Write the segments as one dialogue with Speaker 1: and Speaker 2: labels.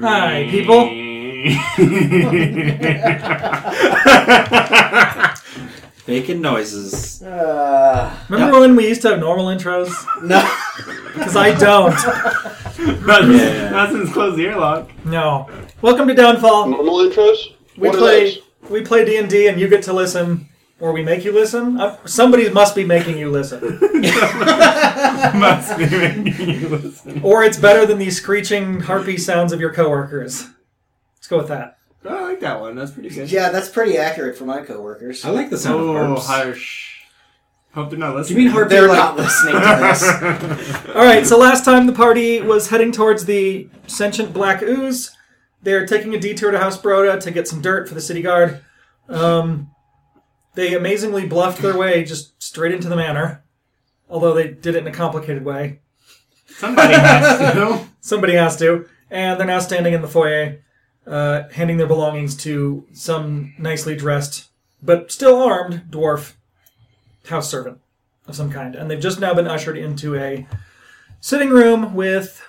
Speaker 1: Hi, people.
Speaker 2: Making noises.
Speaker 3: Uh,
Speaker 1: Remember when we used to have normal intros?
Speaker 3: no.
Speaker 1: Because I don't.
Speaker 4: Not,
Speaker 2: Yeah.
Speaker 4: not since close the airlock.
Speaker 1: No. Welcome to Downfall.
Speaker 5: Normal intros?
Speaker 1: We
Speaker 5: What are
Speaker 1: play
Speaker 5: those?
Speaker 1: we play D and D, and you get to listen, or we make you listen. Uh, somebody must be making you listen,
Speaker 4: Must be making you listen.
Speaker 1: or it's better than the screeching harpy sounds of your coworkers. Let's go with that.
Speaker 4: Oh, I like that one. That's pretty good.
Speaker 3: Yeah, that's pretty accurate for my coworkers.
Speaker 2: I like the sound
Speaker 4: Oh,
Speaker 2: of harps.
Speaker 4: harsh. Hope they're not
Speaker 2: Do
Speaker 4: listening.
Speaker 2: you mean harp?
Speaker 3: They're
Speaker 2: like-
Speaker 3: not listening to this.
Speaker 1: All right. So last time the party was heading towards the sentient black ooze. They're taking a detour to House Broda to get some dirt for the city guard. Um, they amazingly bluffed their way just straight into the manor, although they did it in a complicated way.
Speaker 4: Somebody has to.
Speaker 1: Somebody has to. And they're now standing in the foyer, uh, handing their belongings to some nicely dressed, but still armed, dwarf house servant of some kind. And they've just now been ushered into a sitting room with.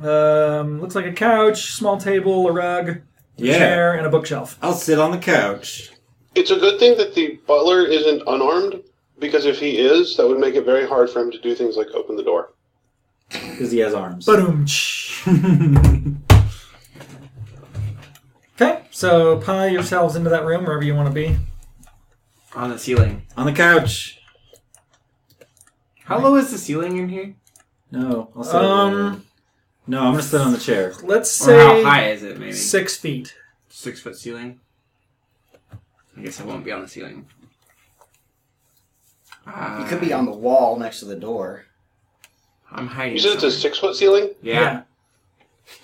Speaker 1: Um, looks like a couch, small table, a rug,
Speaker 2: Yeah.
Speaker 1: chair, and a bookshelf.
Speaker 2: I'll sit on the couch.
Speaker 5: It's a good thing that the butler isn't unarmed, because if he is, that would make it very hard for him to do things like open the door.
Speaker 2: Because he has arms.
Speaker 1: Boom. okay, so pile yourselves into that room wherever you want to be.
Speaker 4: On the ceiling.
Speaker 2: on the couch.
Speaker 4: How low is the ceiling in here?
Speaker 2: No, I'll sit
Speaker 1: Um,
Speaker 2: No, I'm going to sit on the chair.
Speaker 1: let's
Speaker 4: Or
Speaker 1: say
Speaker 4: how high is it, maybe?
Speaker 1: six feet.
Speaker 4: Six foot ceiling. I guess I won't be on the ceiling. Uh,
Speaker 3: You could be on the wall next to the door.
Speaker 4: I'm hiding.
Speaker 5: You said it's a
Speaker 4: somewhere.
Speaker 5: six foot ceiling?
Speaker 4: yeah.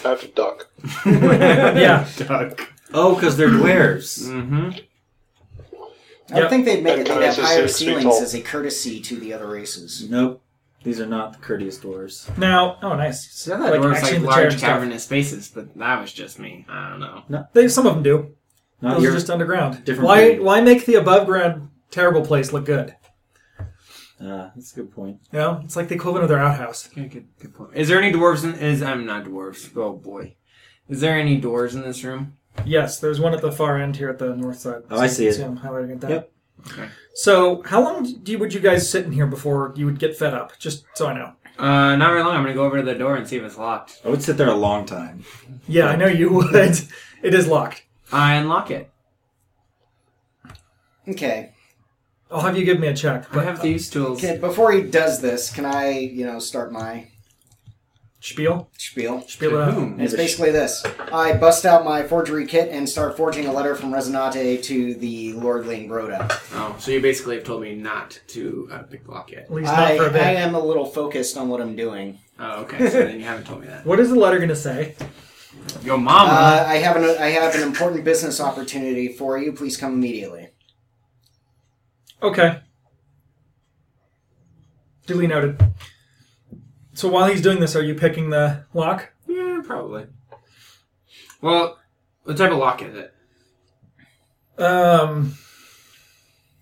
Speaker 5: I have to duck.
Speaker 1: yeah.
Speaker 4: Duck.
Speaker 2: Oh, because they're dwarves.
Speaker 4: Mm-hmm.
Speaker 3: I don't
Speaker 1: Yep.
Speaker 3: think they'd make it. They'd
Speaker 5: Kinda
Speaker 3: have
Speaker 5: just
Speaker 3: higher
Speaker 5: six feet
Speaker 3: ceilings
Speaker 5: tall.
Speaker 3: as a courtesy to the other races.
Speaker 2: Nope. These are not the courteous dwarves.
Speaker 1: Now, oh, nice.
Speaker 4: So that like,
Speaker 1: actually
Speaker 4: like
Speaker 1: in the chair
Speaker 4: large
Speaker 1: and stuff.
Speaker 4: cavernous spaces, but that was just me. I don't know.
Speaker 1: They some of them do.
Speaker 2: Not
Speaker 1: Those
Speaker 2: your,
Speaker 1: are just underground.
Speaker 2: different
Speaker 1: why?
Speaker 2: breed.
Speaker 1: Why make the above ground terrible place look good?
Speaker 2: uh, that's a good point.
Speaker 1: You know, it's like the equivalent of their outhouse.
Speaker 4: Okay, good, good point. Is there any dwarves in? Is I'm not dwarves. Oh boy, is there any dwarves in this room?
Speaker 1: Yes, there's one at the far end here at the north side.
Speaker 2: Oh, I see it.
Speaker 1: See, I'm highlighting it there.
Speaker 2: Yep.
Speaker 4: Okay.
Speaker 1: So, how long do you, would you guys sit in here before you would get fed up? Just so I know.
Speaker 4: Uh, not very long. I'm gonna go over to the door and see if it's locked.
Speaker 2: I would sit there a long time.
Speaker 1: Yeah, I know you would. it is locked.
Speaker 4: I unlock it.
Speaker 3: Okay.
Speaker 1: I'll have you give me a check.
Speaker 4: I
Speaker 1: But
Speaker 4: have thieves' tools.
Speaker 3: Can, before he does this, can I, you know, start my
Speaker 1: uh, spiel,
Speaker 3: spiel?
Speaker 1: spiel it out.
Speaker 4: Boom.
Speaker 3: And it's basically this. I bust out my forgery kit and start forging a letter from Resonate to the lordling Broda.
Speaker 4: Oh, so you basically have told me not to uh, picklock it.
Speaker 1: At least not
Speaker 3: I,
Speaker 1: for a bit.
Speaker 3: I am a little focused on what I'm doing.
Speaker 4: Oh, okay. So then you haven't told me that.
Speaker 1: what is the letter going to say?
Speaker 4: Yo, mama.
Speaker 3: Uh, I have an I have an important business opportunity for you. Please come immediately.
Speaker 1: Okay. Duly noted. So while he's doing this, are you picking the lock?
Speaker 4: yeah, probably. Well, what type of lock is it?
Speaker 1: Um,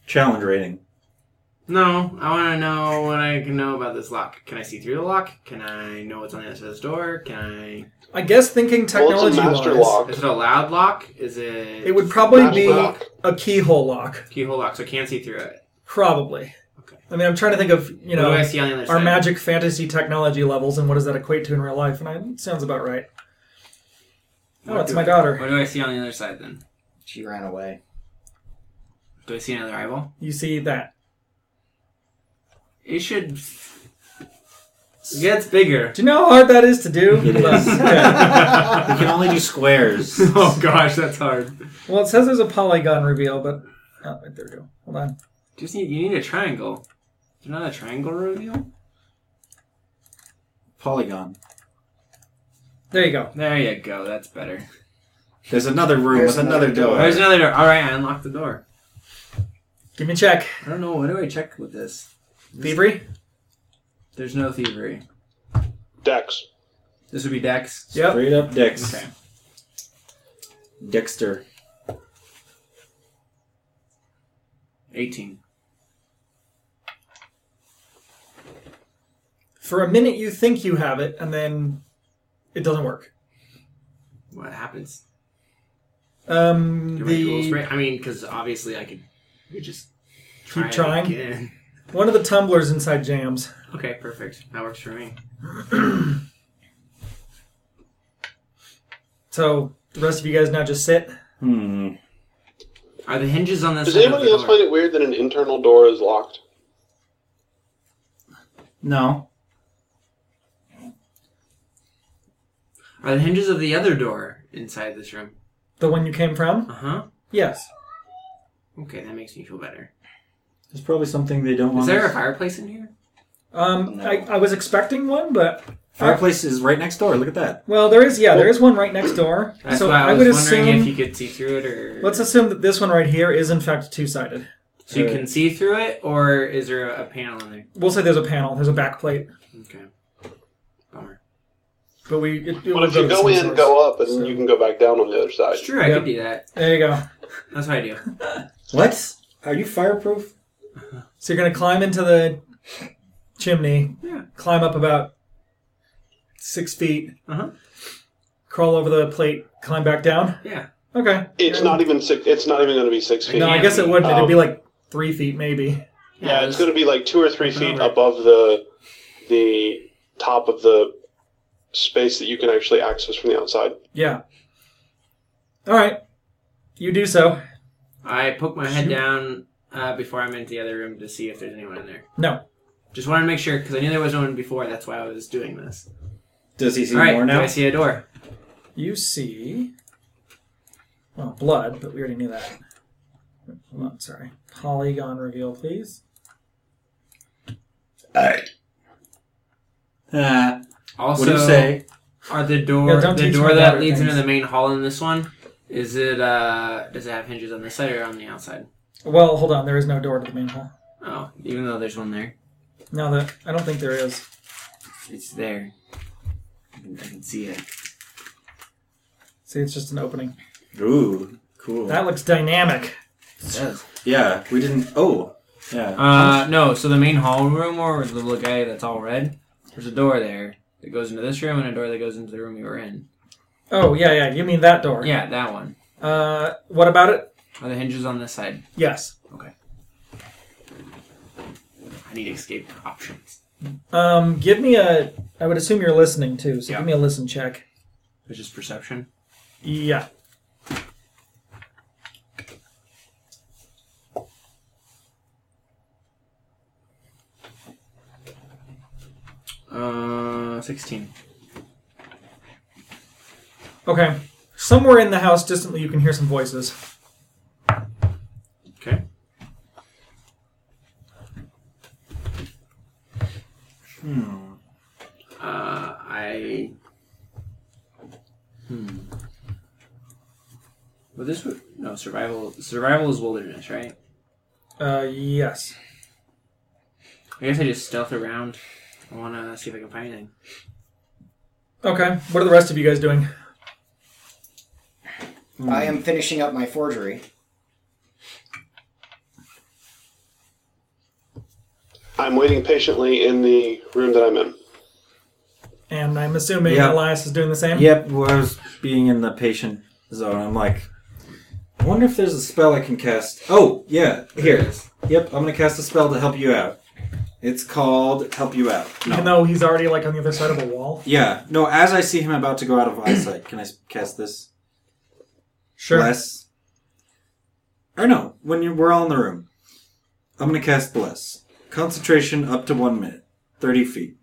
Speaker 2: Challenge rating.
Speaker 4: No, I want to know what I can know about this lock. Can I see through the lock? Can I know what's on the other side of this door? Can I?
Speaker 1: I guess thinking
Speaker 5: Well, it's
Speaker 1: technology
Speaker 5: a master
Speaker 1: wise,
Speaker 5: lock.
Speaker 4: Is it a loud lock? Is it?
Speaker 1: it would probably
Speaker 5: Master
Speaker 1: be
Speaker 5: lock.
Speaker 1: a keyhole lock.
Speaker 4: keyhole lock, so I can't see through it.
Speaker 1: Probably.
Speaker 4: Okay.
Speaker 1: I mean, I'm trying to think of you
Speaker 4: what do I
Speaker 1: know
Speaker 4: see on the other
Speaker 1: our
Speaker 4: side?
Speaker 1: magic fantasy technology levels and what does that equate to in real life, and I, it sounds about right. Oh,
Speaker 4: What
Speaker 1: it's
Speaker 4: do
Speaker 1: my
Speaker 4: I-
Speaker 1: daughter.
Speaker 4: What do I see on the other side then?
Speaker 3: She ran away.
Speaker 4: Do I see another eyeball?
Speaker 1: You see that?
Speaker 4: It should. It gets bigger.
Speaker 1: Do you know how hard that is to do?
Speaker 2: It is.
Speaker 1: Yeah.
Speaker 2: You can only do squares.
Speaker 4: Oh gosh, that's hard.
Speaker 1: Well, it says there's a polygon reveal, but oh, wait, there we go. Hold on.
Speaker 4: Just need you need a triangle. Is there not a triangle reveal?
Speaker 2: Polygon.
Speaker 1: There you go.
Speaker 4: There you go. That's better.
Speaker 2: There's another room
Speaker 3: There's
Speaker 2: with another,
Speaker 3: another
Speaker 2: door.
Speaker 3: door.
Speaker 4: There's another door. All right, I unlocked the door.
Speaker 1: Give me a check.
Speaker 4: I don't know. What do I check with this?
Speaker 1: Thievery?
Speaker 4: There's no thievery.
Speaker 5: Dex.
Speaker 4: This would be Dex.
Speaker 1: Yep.
Speaker 2: Straight up Dex.
Speaker 4: Okay.
Speaker 2: Dexter.
Speaker 4: 18.
Speaker 1: For a minute, you think you have it, and then it doesn't work.
Speaker 4: what happens?
Speaker 1: Um,
Speaker 4: Do my tools
Speaker 1: the
Speaker 4: break? I mean, because obviously I could we just
Speaker 1: Keep
Speaker 4: try
Speaker 1: trying?
Speaker 4: it again.
Speaker 1: one of the tumblers inside jams.
Speaker 4: Okay, perfect. That works for me.
Speaker 1: So the rest of you guys now just sit.
Speaker 2: Hmm.
Speaker 4: Are the hinges on this?
Speaker 5: Does
Speaker 4: side of
Speaker 5: anybody
Speaker 4: the
Speaker 5: else
Speaker 4: door?
Speaker 5: find it weird that an internal door is locked?
Speaker 2: No.
Speaker 4: Are the hinges of the other door inside this room?
Speaker 1: The one you came from?
Speaker 4: Uh huh.
Speaker 1: Yes.
Speaker 4: Okay, that makes me feel better.
Speaker 2: There's probably something they don't
Speaker 4: Is
Speaker 2: want.
Speaker 4: there a
Speaker 2: us-
Speaker 4: fireplace in here?
Speaker 1: Um,
Speaker 2: No.
Speaker 1: I, I was expecting one, but
Speaker 2: Fireplace is right next door. Look at that.
Speaker 1: well, there is. Yeah, there is one right next door.
Speaker 4: That's
Speaker 1: so
Speaker 4: why I,
Speaker 1: I,
Speaker 4: was
Speaker 1: would
Speaker 4: wondering
Speaker 1: assume.
Speaker 4: if you could see through it, or
Speaker 1: Let's assume that this one right here is in fact two sided.
Speaker 4: so you
Speaker 2: Right.
Speaker 4: can see through it, or is there a, a panel in there?
Speaker 1: We'll say there's a panel, there's a back plate,
Speaker 4: Okay. Bummer.
Speaker 1: but we. It, it
Speaker 5: Well,
Speaker 1: will
Speaker 5: if you
Speaker 1: to
Speaker 5: go
Speaker 1: some
Speaker 5: in,
Speaker 1: source.
Speaker 5: go up, and
Speaker 1: So-
Speaker 5: you can go back down on the other side.
Speaker 4: It's true. I
Speaker 1: Yep.
Speaker 4: could do that.
Speaker 1: There you go.
Speaker 4: That's what I do.
Speaker 2: What? Are you fireproof?
Speaker 1: So you're gonna climb into the chimney.
Speaker 4: Yeah.
Speaker 1: Climb up about six feet.
Speaker 4: Uh-huh.
Speaker 1: Crawl over the plate. Climb back down.
Speaker 4: Yeah.
Speaker 1: Okay.
Speaker 5: It's not even six. It's not even going to be six feet.
Speaker 1: No, I
Speaker 4: Yeah.
Speaker 1: guess it wouldn't. It'd be Oh.
Speaker 5: Um,
Speaker 1: like three feet, maybe.
Speaker 5: Yeah,
Speaker 4: that's-
Speaker 5: it's going to be like two or three feet
Speaker 4: Alright.
Speaker 5: above the the top of the space that you can actually access from the outside.
Speaker 1: Yeah. All right. You do so.
Speaker 4: I poke my head
Speaker 1: Shoot.
Speaker 4: down uh, before I'm into the other room to see if there's anyone in there.
Speaker 1: No.
Speaker 4: Just wanted to make sure because I knew there was no one before. That's why I was doing this.
Speaker 2: Does he see
Speaker 4: All right,
Speaker 2: more
Speaker 4: do
Speaker 2: now?
Speaker 4: I see a door?
Speaker 1: You see. Well, blood, but we already knew that. Hold on, sorry. Polygon reveal, please.
Speaker 2: Ah,
Speaker 4: Also,
Speaker 2: what do you say?
Speaker 4: Are the door
Speaker 1: Yeah, don't
Speaker 4: the
Speaker 1: teach
Speaker 4: door
Speaker 1: me
Speaker 4: that
Speaker 1: about
Speaker 4: leads into
Speaker 1: things.
Speaker 4: the main hall in this one? Is it uh does it have hinges on this side or on the outside?
Speaker 1: Well, hold on. There is no door to the main hall.
Speaker 4: Oh, even though there's one there,
Speaker 1: No, that I don't think there is.
Speaker 4: it's there. I can, I can see it.
Speaker 1: See, it's just an opening.
Speaker 2: Ooh, cool.
Speaker 1: That looks dynamic.
Speaker 4: It does.
Speaker 2: yeah, we didn't. Oh, yeah.
Speaker 4: Uh, no. So the main hall room, or the little guy that's all red, there's a door there that goes into this room and a door that goes into the room we were in.
Speaker 1: Oh yeah, yeah. You mean that door?
Speaker 4: Yeah, that one.
Speaker 1: Uh, what about it?
Speaker 4: Are the hinges on this side?
Speaker 1: Yes.
Speaker 4: I need escape options.
Speaker 1: Um, give me a. I would assume you're listening too, so give me a listen check.
Speaker 4: Which is perception.
Speaker 1: Yeah.
Speaker 4: Uh, sixteen.
Speaker 1: Okay. Somewhere in the house, distantly, you can hear some voices.
Speaker 4: Okay. Hmm. Uh, I. Hmm. Well, this would no survival. Survival is wilderness, right?
Speaker 1: Uh, yes.
Speaker 4: I guess I just stealth around. I want to see if I can find anything.
Speaker 1: Okay. What are the rest of you guys doing?
Speaker 3: I am finishing up my forgery.
Speaker 5: I'm waiting patiently in the room that I'm in.
Speaker 1: And I'm assuming
Speaker 2: Yeah.
Speaker 1: Elias is doing the same.
Speaker 2: Yep, well, I was being in the patient zone. I'm like, I wonder if there's a spell I can cast. Oh, yeah, here. Yep, I'm gonna cast a spell to help you out. It's called Help You Out. No.
Speaker 1: Even though he's already like on the other side of a wall.
Speaker 2: Yeah, no, as I see him about to go out of eyesight, can I s- cast this?
Speaker 1: Sure.
Speaker 2: Bless. Or no, when you we're all in the room. I'm gonna cast Bless. Concentration up to one minute, thirty feet.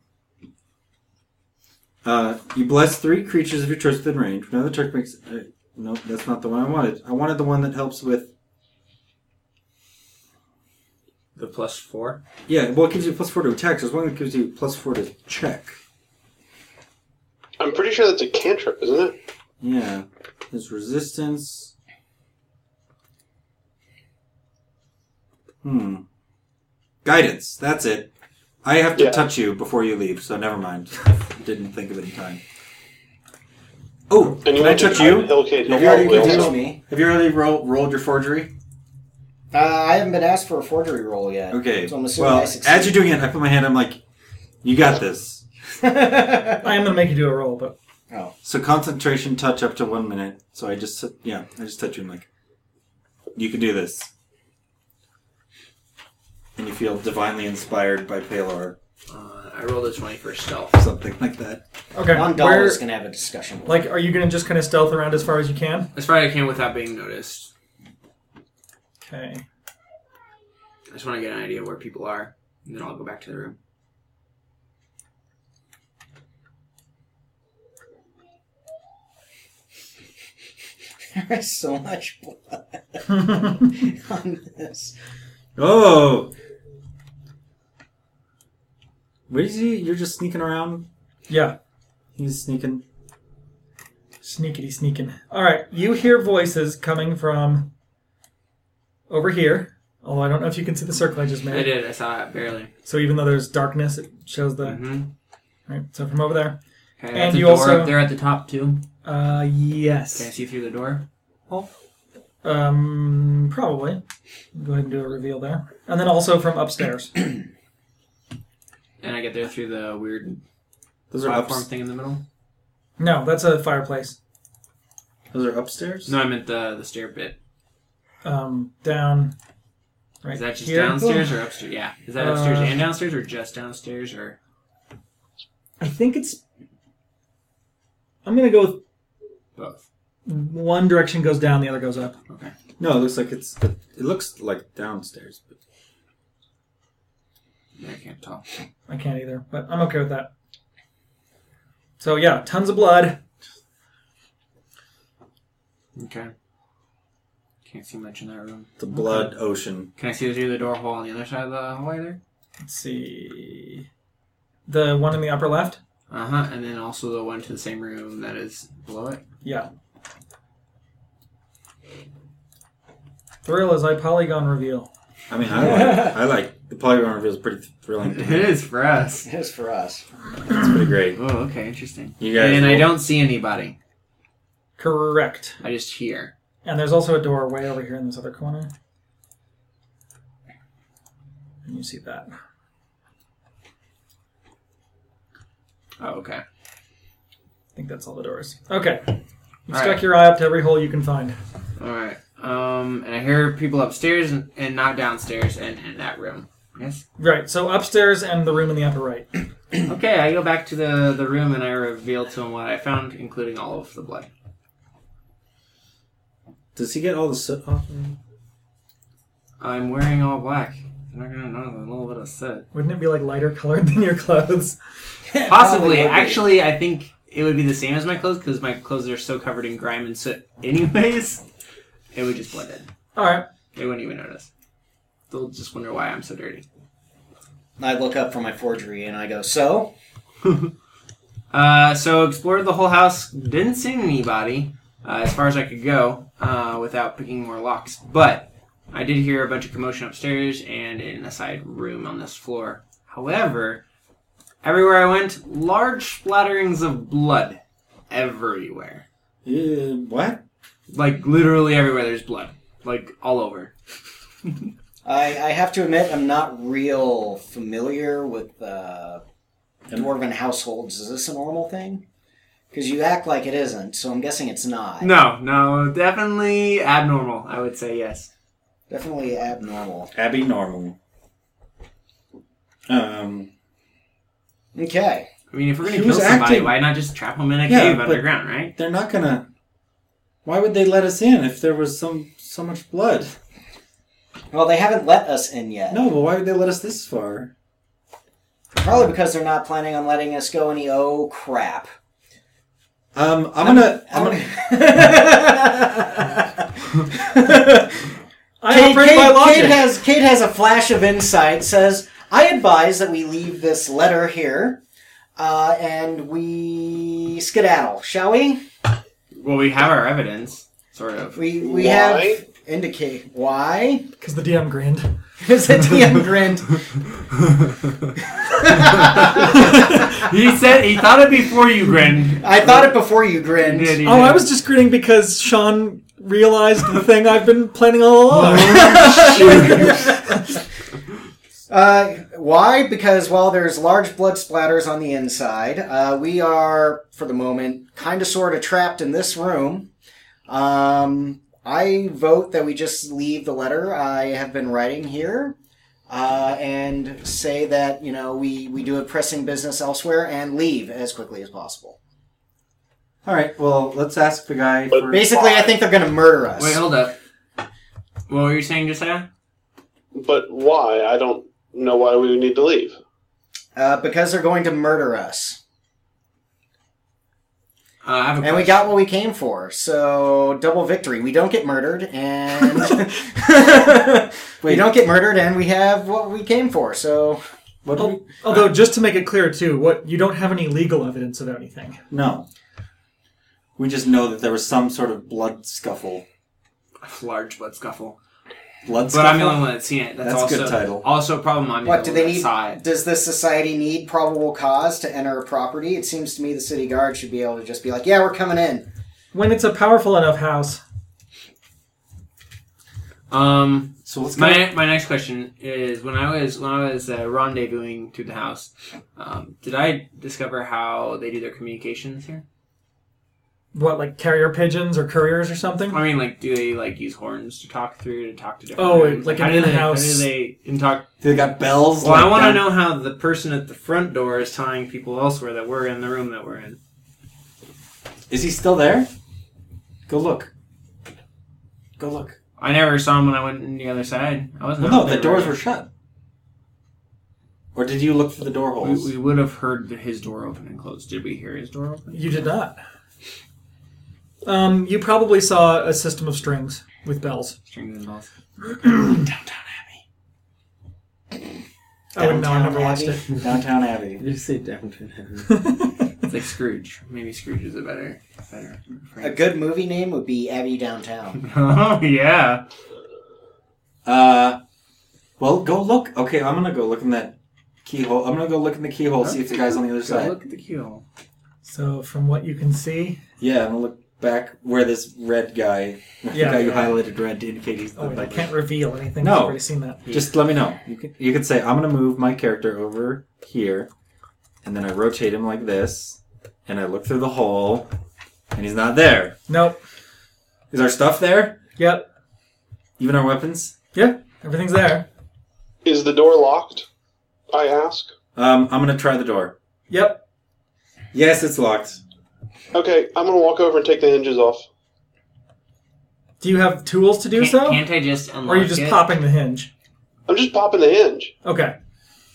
Speaker 2: Uh, you bless three creatures of your choice within range. Another trick makes. Uh, no, that's not the one I wanted. I wanted the one that helps with.
Speaker 4: The plus four.
Speaker 2: Yeah, well, it gives you plus four to attack. There's one that gives you plus four to check.
Speaker 5: I'm pretty sure that's a cantrip, isn't it?
Speaker 2: Yeah, there's resistance. Hmm. Guidance. That's it. I have to
Speaker 5: Yeah.
Speaker 2: touch you before you leave, so never mind. Didn't think of it in time. Oh,
Speaker 5: And
Speaker 2: can I
Speaker 5: want to
Speaker 2: touch
Speaker 5: try
Speaker 2: you?
Speaker 5: and Hillcate
Speaker 2: Have
Speaker 5: Hill
Speaker 2: you already
Speaker 5: probably
Speaker 2: been
Speaker 5: also.
Speaker 2: doing
Speaker 3: Touch me.
Speaker 2: Have you already roll, rolled your forgery?
Speaker 3: Uh, I haven't been asked for a forgery roll yet.
Speaker 2: Okay.
Speaker 3: So I'm assuming I
Speaker 2: well,
Speaker 3: succeed.
Speaker 2: as you're doing it, I put my hand. I'm like, "You got this."
Speaker 1: I am gonna make you do a roll, but
Speaker 3: Oh.
Speaker 2: So concentration touch up to one minute. So I just yeah, I just touch you and like, you can do this, and you feel divinely inspired by Palor,
Speaker 4: Uh, I rolled a 20 for stealth.
Speaker 2: something like that.
Speaker 1: Okay.
Speaker 3: Mondal
Speaker 1: Where,
Speaker 3: is going to have a discussion. With
Speaker 1: like, are you going to just kind of stealth around as far as you can?
Speaker 4: As far as I can without being noticed.
Speaker 1: Okay.
Speaker 4: I just want to get an idea where people are, and then I'll go back to the room.
Speaker 3: there is so much blood on this.
Speaker 2: Oh, where is he? You're just sneaking around.
Speaker 1: Yeah.
Speaker 2: He's sneaking.
Speaker 1: Sneakity sneaking. All right. You hear voices coming from over here. Although I don't know if you can see the circle I just
Speaker 4: I
Speaker 1: made.
Speaker 4: did. I saw it barely.
Speaker 1: So even though there's darkness, it shows the.
Speaker 4: Mm-hmm.
Speaker 1: All right. So from over there.
Speaker 4: Okay,
Speaker 1: And
Speaker 4: that's a
Speaker 1: you
Speaker 4: door
Speaker 1: also-
Speaker 4: up there at the top too.
Speaker 1: Uh,
Speaker 4: Can I
Speaker 1: yes. Oh,
Speaker 4: see through the door?
Speaker 1: Um, probably. Go ahead and do a reveal there, and then also from upstairs.
Speaker 4: And I get there through the weird
Speaker 2: Those are
Speaker 4: platform
Speaker 2: ups,
Speaker 4: thing in the middle.
Speaker 1: no, that's a fireplace.
Speaker 2: Those are upstairs.
Speaker 4: No, I meant the the stair bit.
Speaker 1: Um, down. Right
Speaker 4: Is that just
Speaker 1: here.
Speaker 4: downstairs or upstairs? Yeah. Is that
Speaker 1: Uh,
Speaker 4: upstairs and downstairs or just downstairs or
Speaker 1: I think it's. I'm gonna go with
Speaker 4: both?
Speaker 1: one direction goes down, the other goes up.
Speaker 4: Okay.
Speaker 2: No, it looks like it's. It looks like downstairs. But
Speaker 4: I can't tell.
Speaker 1: I can't either, but I'm okay with that. So yeah, tons of blood.
Speaker 4: Okay. Can't see much in that room.
Speaker 2: the blood ocean.
Speaker 4: Can I see through the door hole on the other side of the hallway there?
Speaker 1: Let's see. The one in the upper left.
Speaker 4: Uh huh. And then also the one to the same room that is below it.
Speaker 1: Yeah. Thrill is I polygon reveal.
Speaker 2: I mean, I like. I like the polygon reveal is pretty thrilling.
Speaker 4: It is for us.
Speaker 3: It is for us.
Speaker 2: It's pretty great.
Speaker 4: Oh, okay, interesting.
Speaker 2: You guys
Speaker 4: and I
Speaker 2: will-
Speaker 4: don't see anybody.
Speaker 1: Correct.
Speaker 4: I just hear.
Speaker 1: And there's also a door way over here in this other corner. And you see that.
Speaker 4: Oh, okay.
Speaker 1: I think that's all the doors. Okay. You've
Speaker 4: All
Speaker 1: stuck
Speaker 4: right.
Speaker 1: your eye up to every hole you can find.
Speaker 4: All right. Um, and I hear people upstairs and, and not downstairs and in that room. Yes.
Speaker 1: Right, so upstairs and the room in the upper right.
Speaker 4: Okay, I go back to the the room and I reveal to him what I found, including all of the blood.
Speaker 2: Does he get all the soot off?
Speaker 4: I'm wearing all black. I'm not gonna know a little bit of soot.
Speaker 1: Wouldn't it be like lighter colored than your clothes?
Speaker 4: Possibly.
Speaker 3: Probably would be.
Speaker 4: Actually, I think it would be the same as my clothes because my clothes are so covered in grime and soot. Anyways, it would just blend in.
Speaker 1: Alright.
Speaker 4: They wouldn't even notice. They'll just wonder why I'm so dirty.
Speaker 3: I look up from my forgery and I go, so?
Speaker 4: Uh, so explored the whole house. Didn't see anybody uh, as far as I could go uh, without picking more locks. But I did hear a bunch of commotion upstairs and in a side room on this floor. However, everywhere I went, large splatterings of blood everywhere.
Speaker 2: Yeah, what?
Speaker 4: Like literally everywhere. There's blood. Like all over.
Speaker 3: I, I have to admit, I'm not real familiar with uh, dwarven households. Is this a normal thing? Because you act like it isn't, so I'm guessing it's not.
Speaker 4: No, no, definitely abnormal. I would say yes.
Speaker 3: Definitely abnormal.
Speaker 2: Abby normal. Um.
Speaker 3: Okay.
Speaker 4: I mean, if we're gonna
Speaker 2: He
Speaker 4: kill
Speaker 2: was
Speaker 4: somebody,
Speaker 2: acting-
Speaker 4: why not just trap them in a
Speaker 2: Yeah,
Speaker 4: cave
Speaker 2: but-
Speaker 4: underground, right?
Speaker 2: They're not gonna. Why would they let us in if there was some so much blood?
Speaker 3: Well, they haven't let us in yet.
Speaker 2: No, but why would they let us this far?
Speaker 3: Probably because they're not planning on letting us go any oh crap.
Speaker 2: Um, I'm gonna. I'm gonna.
Speaker 1: I
Speaker 3: Kate,
Speaker 1: operate by
Speaker 3: Kate-
Speaker 1: logic.
Speaker 3: Kate has Kate has a flash of insight. Says, "I advise that we leave this letter here, uh, and we skedaddle, shall we?
Speaker 4: Well, we have our evidence, sort of.
Speaker 3: We we
Speaker 5: Why?
Speaker 3: have indicate why
Speaker 1: Because the DM grinned.
Speaker 3: is it DM grinned?
Speaker 4: he said he thought it before you grinned.
Speaker 3: I thought it before you grinned.
Speaker 4: Did he?
Speaker 1: Oh, I was just grinning because Sean realized the thing I've been planning all along.
Speaker 3: Uh, Why? Because while there's large blood splatters on the inside, uh, we are, for the moment, kind of sort of trapped in this room. Um, I vote that we just leave the letter I have been writing here uh, and say that, you know, we, we do a pressing business elsewhere and leave as quickly as possible.
Speaker 2: All right. Well, let's ask the guy.
Speaker 5: But
Speaker 2: For...
Speaker 3: Basically, I think they're going to murder us.
Speaker 4: Wait, hold up. What were you saying just now?
Speaker 5: But why? I don't know why we would need to leave.
Speaker 3: uh, because they're going to murder us.
Speaker 4: Uh, I have a
Speaker 3: And we
Speaker 4: question.
Speaker 3: got what we came for, so double victory. We don't get murdered, and we
Speaker 2: Wait.
Speaker 3: don't get murdered, and we have what we came for. So
Speaker 2: What do we...
Speaker 1: Although, just to make it clear too, what you don't have any legal evidence of anything.
Speaker 2: No. We just know that there was some sort of blood scuffle.
Speaker 4: large blood scuffle.
Speaker 2: Eh. Blood
Speaker 4: But
Speaker 2: scuffle.
Speaker 4: I'm the only one that's seen it. That's,
Speaker 2: That's a
Speaker 4: also
Speaker 2: good title.
Speaker 4: also a problem. I'm the
Speaker 3: what do
Speaker 4: only
Speaker 3: they
Speaker 4: one that
Speaker 3: need?
Speaker 4: saw it.
Speaker 3: Does this society need probable cause to enter a property? It seems to me the city guard should be able to just be like, "Yeah, we're coming in."
Speaker 1: When it's a powerful enough house,
Speaker 4: Um,
Speaker 2: So let's go.
Speaker 4: My, my next question is when I was when I was uh, rendezvousing to the house, um, did I discover how they do their communications here?
Speaker 1: what like carrier pigeons or couriers or something?
Speaker 4: I mean, like, do they like use horns to talk through to talk to different?
Speaker 1: Oh,
Speaker 4: rooms?
Speaker 1: like
Speaker 4: how
Speaker 1: an
Speaker 4: do they,
Speaker 1: in-house-
Speaker 4: How do they in talk?
Speaker 2: They got bells.
Speaker 4: Well, I
Speaker 2: like
Speaker 4: want to
Speaker 2: down-
Speaker 4: know how the person at the front door is telling people elsewhere that we're in the room that we're in.
Speaker 2: Is he still there? Go look. Go look.
Speaker 4: I never saw him when I went in the other side. I wasn't.
Speaker 2: Well,
Speaker 4: out
Speaker 2: no,
Speaker 4: there
Speaker 2: the doors were
Speaker 4: very-
Speaker 2: shut. Or did you look for the door holes?
Speaker 4: We, we would have heard the- his door open and close. Did we hear his door open?
Speaker 1: You did not. Um, you probably saw a system of strings with bells.
Speaker 4: Strings and bells.
Speaker 1: I wouldn't know. I
Speaker 3: Downtown
Speaker 1: never watched
Speaker 3: Abbey.
Speaker 1: it.
Speaker 2: Downtown Abbey.
Speaker 4: Did you say downtown? It's like Scrooge. Maybe Scrooge is a better, better.
Speaker 3: A good movie name would be Abbey Downtown.
Speaker 4: oh yeah.
Speaker 2: Uh, well, go look. Okay, I'm gonna go look in that keyhole. I'm gonna go look in the keyhole, see if the guy's on the other
Speaker 4: Go
Speaker 2: side.
Speaker 4: look at the keyhole.
Speaker 1: So, from what you can see,
Speaker 2: Yeah, I'm gonna look back where this red guy, the
Speaker 1: Yeah.
Speaker 2: guy you highlighted red to indicate he's the
Speaker 1: oh, wait, I
Speaker 2: butler.
Speaker 1: can't reveal anything.
Speaker 2: No.
Speaker 1: I've already seen that.
Speaker 2: Just let me know. You can, you can say, I'm going to move my character over here, and then I rotate him like this, and I look through the hole, and he's not there.
Speaker 1: Nope.
Speaker 2: Is our stuff there?
Speaker 1: Yep.
Speaker 2: Even our weapons?
Speaker 1: Yeah. Everything's there.
Speaker 5: Is the door locked? I ask.
Speaker 2: Um, I'm going to try the door.
Speaker 1: Yep.
Speaker 2: Yes, it's locked.
Speaker 5: Okay, I'm gonna walk over and take the hinges off.
Speaker 1: Do you have tools to do
Speaker 4: Can't,
Speaker 1: so,
Speaker 4: can't I just unlock
Speaker 1: or are you just
Speaker 4: it?
Speaker 1: popping the hinge?
Speaker 5: I'm just popping the hinge.
Speaker 1: Okay.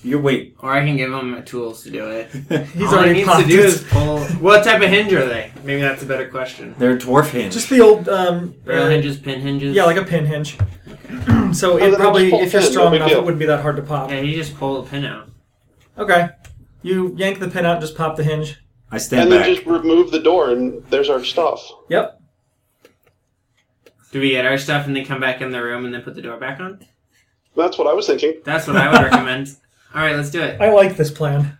Speaker 2: You wait.
Speaker 4: Or I can give him tools to do it.
Speaker 1: He's
Speaker 4: All he
Speaker 1: already
Speaker 4: needs
Speaker 1: popped.
Speaker 4: to do
Speaker 1: it.
Speaker 4: is pull. What type of hinge are they? Maybe that's a better question.
Speaker 2: They're dwarf hinge.
Speaker 1: Just the old um,
Speaker 4: Barrel
Speaker 1: uh,
Speaker 4: hinges, pin hinges.
Speaker 1: Yeah, like a pin hinge. so
Speaker 5: then
Speaker 1: it
Speaker 5: I'll
Speaker 1: probably,
Speaker 5: just pull
Speaker 1: if you're
Speaker 5: pin, no
Speaker 1: strong
Speaker 5: big
Speaker 1: enough,
Speaker 5: deal.
Speaker 1: it wouldn't be that hard to pop.
Speaker 4: Yeah, you just pull the pin out.
Speaker 1: Okay. You yank the pin out and just pop the hinge.
Speaker 2: I stand
Speaker 5: And then
Speaker 2: back.
Speaker 5: just remove the door, and there's our stuff.
Speaker 1: Yep.
Speaker 4: Do we get our stuff and then come back in the room and then put the door back on?
Speaker 5: That's what I was thinking.
Speaker 4: That's what I would recommend. All right, let's do it.
Speaker 1: I like this plan.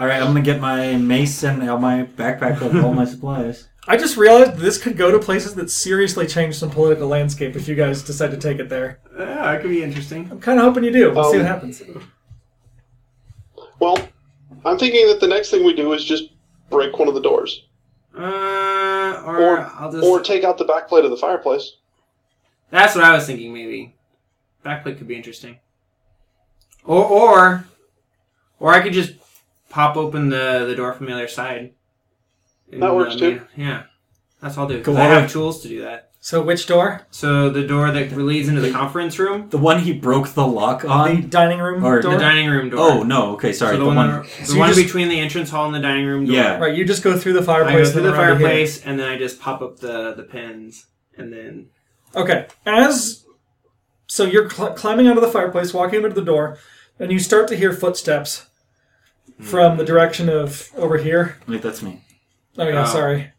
Speaker 2: All right, I'm going to get my mace and all my backpack with all my supplies.
Speaker 1: I just realized this could go to places that seriously change some political landscape if you guys decide to take it there.
Speaker 4: Yeah, it could be interesting.
Speaker 1: I'm kind of hoping you do. We'll see
Speaker 5: Um,
Speaker 1: what
Speaker 4: Uh,
Speaker 1: happens.
Speaker 5: Well, I'm thinking that the next thing we do is just break one of the doors,
Speaker 4: Uh, or,
Speaker 5: or
Speaker 4: I'll just.
Speaker 5: or take out the back plate of the fireplace.
Speaker 4: That's what I was thinking. Maybe backplate could be interesting. Or or or I could just pop open the the door from the other side. And,
Speaker 5: That works,
Speaker 4: uh,
Speaker 5: too.
Speaker 4: Yeah, that's what I'll do. 'cause
Speaker 2: Cool.
Speaker 4: I have tools to do that.
Speaker 1: So, which door?
Speaker 4: So the door that leads into the conference room,
Speaker 2: The one he broke the lock
Speaker 1: The
Speaker 2: on?
Speaker 1: dining room
Speaker 2: Or
Speaker 1: door?
Speaker 4: um, the dining room door.
Speaker 2: Oh, no. Okay, sorry.
Speaker 4: so the, one, that- the
Speaker 1: so you
Speaker 4: one
Speaker 1: just-
Speaker 4: between the entrance hall and the dining room door.
Speaker 2: Yeah.
Speaker 1: right, you just go through the
Speaker 4: I go
Speaker 1: fireplace.
Speaker 4: through
Speaker 1: then
Speaker 4: the
Speaker 1: around to here.
Speaker 4: fireplace and then I just pop up the the pins and then
Speaker 1: Okay. As so, you're cl- climbing out of the fireplace, walking up to the door, and you start to hear footsteps from the direction of over here.
Speaker 2: Wait, that's me.
Speaker 1: Oh yeah,
Speaker 4: Oh.
Speaker 1: sorry.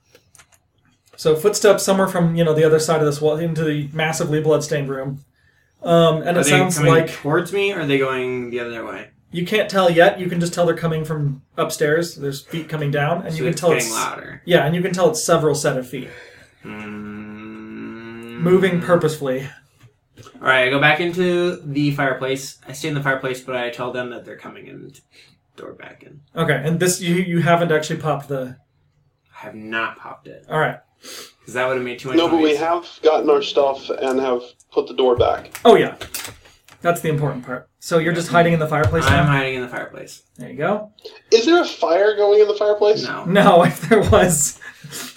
Speaker 1: So footsteps somewhere from you know the other side of this wall into the massively bloodstained room, um, and
Speaker 4: are
Speaker 1: it
Speaker 4: they
Speaker 1: sounds
Speaker 4: coming
Speaker 1: like
Speaker 4: towards me or are they going the other way?
Speaker 1: you can't tell yet. You can just tell they're coming from upstairs. There's feet coming down, and
Speaker 4: So
Speaker 1: you can
Speaker 4: it's
Speaker 1: tell
Speaker 4: getting
Speaker 1: it's
Speaker 4: louder.
Speaker 1: yeah, and you can tell it's several set of feet
Speaker 4: Mm. Hmm.
Speaker 1: moving purposefully.
Speaker 4: All right, I go back into the fireplace. I stay in the fireplace, but I tell them that they're coming in. the Door back in.
Speaker 1: Okay, and this you you haven't actually popped the.
Speaker 4: I have not popped it
Speaker 1: All right.
Speaker 4: because that would have made too much
Speaker 5: No, but we
Speaker 4: noise.
Speaker 5: have gotten our stuff and have put the door back.
Speaker 1: Oh yeah, that's the important part. So you're just hiding in the fireplace
Speaker 4: I'm
Speaker 1: now.
Speaker 4: hiding in the fireplace.
Speaker 1: There you go.
Speaker 5: Is there a fire going in the fireplace?
Speaker 2: Mm.
Speaker 4: No,
Speaker 1: No, if there was,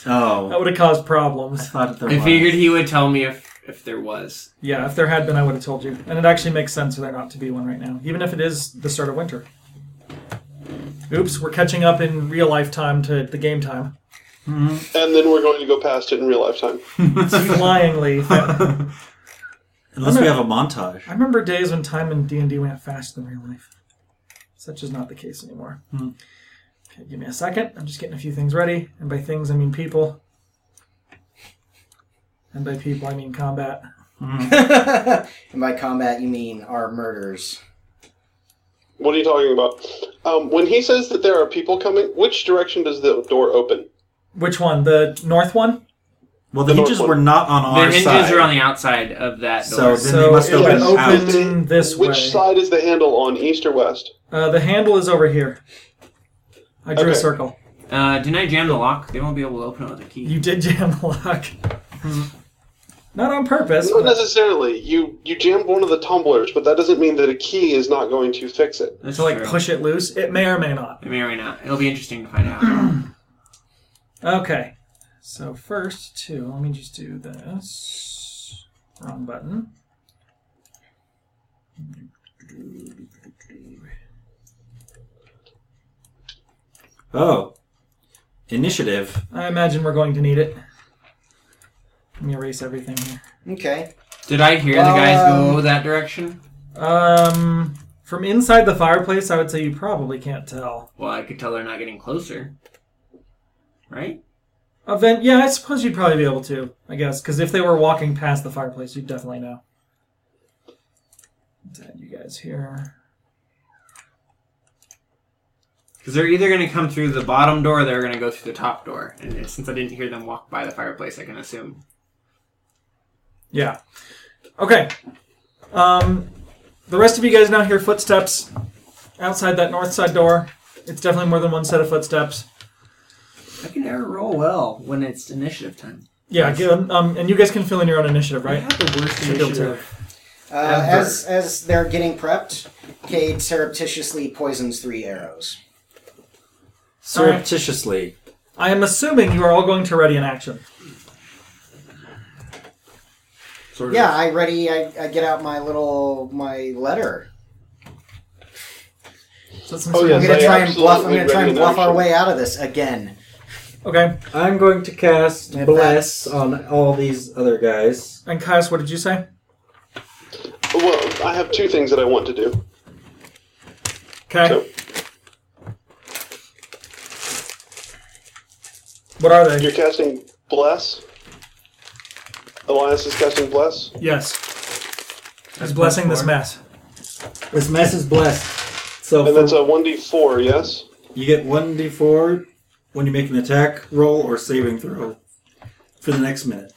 Speaker 1: that
Speaker 2: Oh,
Speaker 1: would have caused
Speaker 2: I
Speaker 1: problems.
Speaker 2: thought there
Speaker 4: I
Speaker 2: was.
Speaker 4: figured he would tell me if if there was.
Speaker 1: Yeah, if there had been, I would have told you. And it actually makes sense for there not to be one right now, even if it is the start of winter. Oops, we're catching up in real life time to the game time.
Speaker 5: And then we're going to go past it in real life time.
Speaker 1: Flying leaf. I
Speaker 2: Unless we have a montage.
Speaker 1: remember days when time in D and D went faster than real life. Such is not the case anymore. Okay, give me a second. I'm just getting a few things ready, and by things I mean people, and by people I mean combat.
Speaker 3: and by combat, you mean our murders.
Speaker 5: What are you talking about? Um, when he says that there are people coming, which direction does the door open?
Speaker 1: Which one? The north one?
Speaker 2: Well, the
Speaker 5: The
Speaker 2: hinges
Speaker 5: north
Speaker 2: were not on
Speaker 4: The
Speaker 2: our
Speaker 4: hinges
Speaker 2: side.
Speaker 4: are on the outside of that
Speaker 2: So
Speaker 4: door.
Speaker 2: then
Speaker 1: So
Speaker 2: they must
Speaker 1: it
Speaker 5: open
Speaker 1: would
Speaker 2: out.
Speaker 1: open this
Speaker 5: which
Speaker 1: way.
Speaker 5: side is the handle on, east or west?
Speaker 1: Uh, the handle is over here. I drew a
Speaker 5: Okay.
Speaker 1: circle.
Speaker 4: uh, didn't I jam the lock? They won't be able to open it with a key.
Speaker 1: You did jam the lock. Not on purpose.
Speaker 5: Not
Speaker 1: but-
Speaker 5: necessarily. You you jammed one of the tumblers, but that doesn't mean that a key is not going to fix it.
Speaker 4: That's
Speaker 1: to like
Speaker 4: true.
Speaker 1: push it loose. It may or may not.
Speaker 4: I may or may not. It'll be interesting to find out.
Speaker 1: Okay. So first two, let me just do this. Wrong button.
Speaker 2: Oh. Initiative.
Speaker 1: I imagine we're going to need it. Let me erase everything here.
Speaker 3: Okay.
Speaker 4: Did I hear the guys go
Speaker 3: Um,
Speaker 4: that direction?
Speaker 1: Um from inside the fireplace I would say you probably can't tell.
Speaker 4: Well, I could tell they're not getting closer. Right?
Speaker 1: Event yeah, I suppose you'd probably be able to, I guess, because if they were walking past the fireplace, you'd definitely know. Let's add you guys here.
Speaker 4: Because they're either going to come through the bottom door or they're going to go through the top door. And since I didn't hear them walk by the fireplace, I can assume.
Speaker 1: Yeah. Okay. Um, the rest of you guys now hear footsteps outside that north side door. It's definitely more than one set of footsteps.
Speaker 4: I can never roll well when it's initiative time.
Speaker 1: Yeah, give 'em- um, and you guys can fill in your own initiative,
Speaker 4: I
Speaker 1: right?
Speaker 4: have the worst
Speaker 1: Should be able to.
Speaker 4: initiative.
Speaker 3: Uh,
Speaker 4: Ever.
Speaker 3: as as they're getting prepped, Cade surreptitiously poisons three arrows.
Speaker 2: Surreptitiously.
Speaker 1: I am assuming you are all going to ready in action.
Speaker 4: Sort
Speaker 3: Yeah, I ready. I, I get out my little my letter.
Speaker 1: So that's some
Speaker 5: Oh,
Speaker 1: sort of-
Speaker 5: Yes,
Speaker 3: I'm gonna
Speaker 5: I
Speaker 3: try and bluff. I'm
Speaker 5: absolutely
Speaker 3: gonna try
Speaker 5: ready
Speaker 3: and
Speaker 5: in
Speaker 3: bluff our
Speaker 5: action.
Speaker 3: way out of this again.
Speaker 1: Okay.
Speaker 2: I'm going to cast
Speaker 3: Yeah,
Speaker 2: Bless
Speaker 3: Bless
Speaker 2: on all these other guys.
Speaker 1: And Caius, what did you say?
Speaker 5: Well, I have two things that I want to do.
Speaker 1: Okay.
Speaker 5: So
Speaker 1: What are they?
Speaker 5: you're casting bless. Elias is casting bless.
Speaker 1: Yes. He's blessing this mess.
Speaker 2: This mess is blessed. So
Speaker 5: And that's
Speaker 2: for-
Speaker 5: a 1d4, yes?
Speaker 2: you get 1d4 when you make an attack roll or saving throw for the next minute.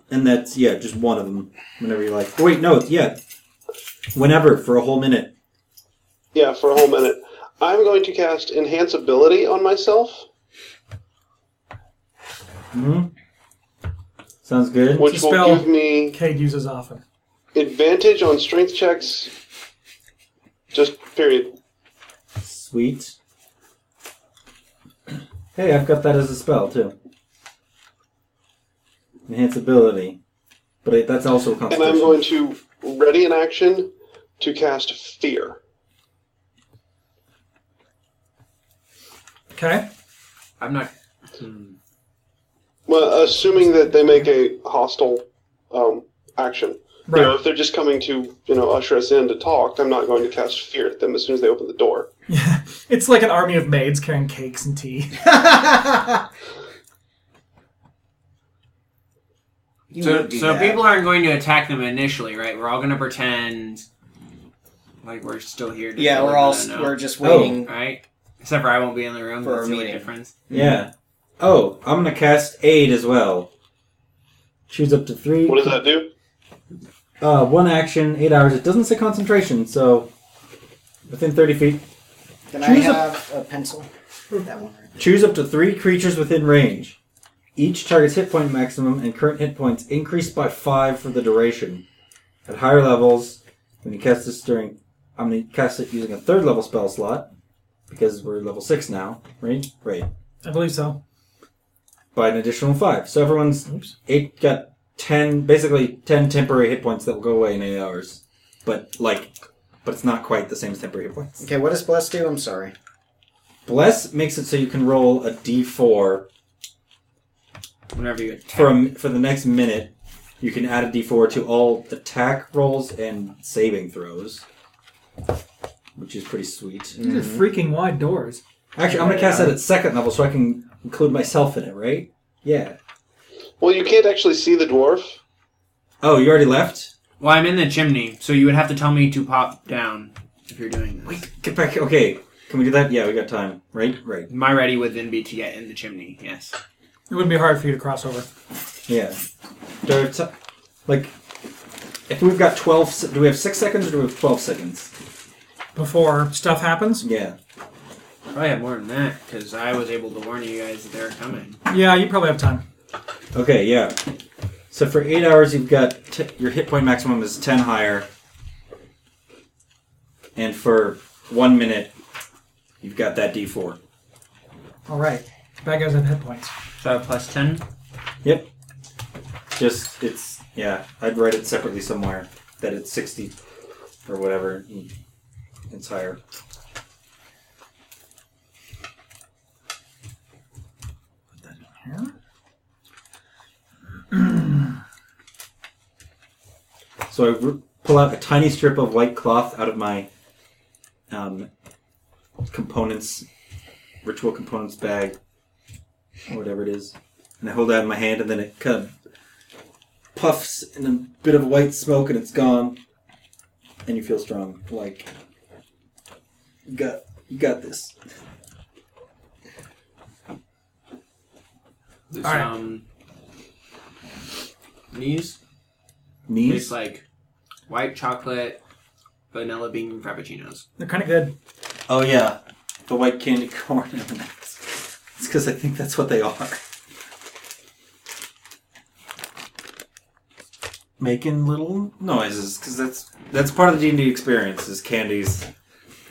Speaker 2: and that's, yeah, just one of them. Whenever you like. Oh, wait, no, yeah. Whenever, for a whole minute.
Speaker 5: Yeah, for a whole minute. I'm going to cast enhance ability on myself,
Speaker 2: Sounds good.
Speaker 5: which will
Speaker 1: spell.
Speaker 5: give me
Speaker 1: Cade uses often.
Speaker 5: advantage on strength checks. Just period.
Speaker 2: Sweet. Hey, I've got that as a spell too. Enhance ability, but it, that's also a
Speaker 5: And
Speaker 2: constitution.
Speaker 5: I'm going to ready an action to cast fear.
Speaker 1: Okay.
Speaker 4: I'm not.
Speaker 5: Well, assuming that they make a hostile um, action. You know,
Speaker 1: Right.
Speaker 5: if they're just coming to, you know, usher us in to talk, I'm not going to cast fear at them as soon as they open the door.
Speaker 1: It's like an army of maids carrying cakes and tea.
Speaker 3: You
Speaker 4: So,
Speaker 3: won't do
Speaker 4: so
Speaker 3: that.
Speaker 4: people aren't going to attack them initially, right? We're all going to pretend like we're still here. to
Speaker 3: Yeah,
Speaker 4: tell
Speaker 3: we're
Speaker 4: them
Speaker 3: all
Speaker 4: that, no.
Speaker 3: we're just waiting.
Speaker 4: Right? Except for I won't be in the room.
Speaker 3: For
Speaker 4: That's
Speaker 3: a
Speaker 4: the only
Speaker 3: meeting.
Speaker 4: difference.
Speaker 2: Yeah. Oh, I'm gonna cast aid as well. Choose up to three.
Speaker 5: What does that do?
Speaker 2: Uh, one action, eight hours. It doesn't say concentration, so within 30 feet.
Speaker 3: Can
Speaker 2: Choose
Speaker 3: I
Speaker 2: a-
Speaker 3: have a, Hmm. pencil? That one.
Speaker 2: Choose up to three creatures within range. Each target's hit point maximum and current hit points increased by five for the duration. At higher levels, when you cast this during, I'm going to cast it using a third level spell slot because we're level six now, right? Right.
Speaker 1: I believe so.
Speaker 2: By an additional five. So everyone's
Speaker 1: Oops.
Speaker 2: eight got ten, basically ten temporary hit points that will go away in eight hours. But like, but it's not quite the same as temporary hit points.
Speaker 3: Okay, what does bless do? I'm sorry.
Speaker 2: Bless makes it so you can roll a d4
Speaker 4: Whenever you attack.
Speaker 2: for a m for the next minute. You can add a d4 to all attack rolls and saving throws, which is pretty sweet.
Speaker 1: These are freaking wide doors.
Speaker 2: Actually, I'm gonna cast that at second level so I can include myself in it, right? Yeah.
Speaker 5: Well, you can't actually see the dwarf.
Speaker 2: Oh, you already left.
Speaker 4: Well, I'm in the chimney, so you would have to tell me to pop down if you're doing this.
Speaker 2: Wait, get back. Okay, can we do that? Yeah, we got time. Right, right.
Speaker 4: My ready would then be to get in the chimney, yes.
Speaker 1: It wouldn't be hard for you to cross over.
Speaker 2: Yeah. There are t- like, if we've got twelve, se- do we have six seconds or do we have twelve seconds?
Speaker 1: Before stuff happens?
Speaker 2: Yeah.
Speaker 4: Probably have more than that, because I was able to warn you guys that they're coming.
Speaker 1: Yeah, you probably have time.
Speaker 2: Okay, yeah. So for eight hours, you've got t- your hit point maximum is ten higher, and for one minute, you've got that D four.
Speaker 1: All right. Bad guys have hit points.
Speaker 4: So plus 10?
Speaker 2: Yep. Just it's yeah. I'd write it separately somewhere that it's sixty or whatever. It's higher. So I r- pull out a tiny strip of white cloth out of my um, components, ritual components bag, or whatever it is, and I hold it out in my hand, and then it kind of puffs in a bit of white smoke, and it's gone, and you feel strong, like you got you got this.
Speaker 4: There's,
Speaker 1: All right.
Speaker 4: um, Knees? Tastes
Speaker 2: Knees.
Speaker 4: like white chocolate, vanilla bean frappuccinos.
Speaker 1: They're kind of good.
Speaker 2: Oh yeah, the white candy corn. it's because I think that's what they are. Making little noises because that's that's part of the D and D experience is candies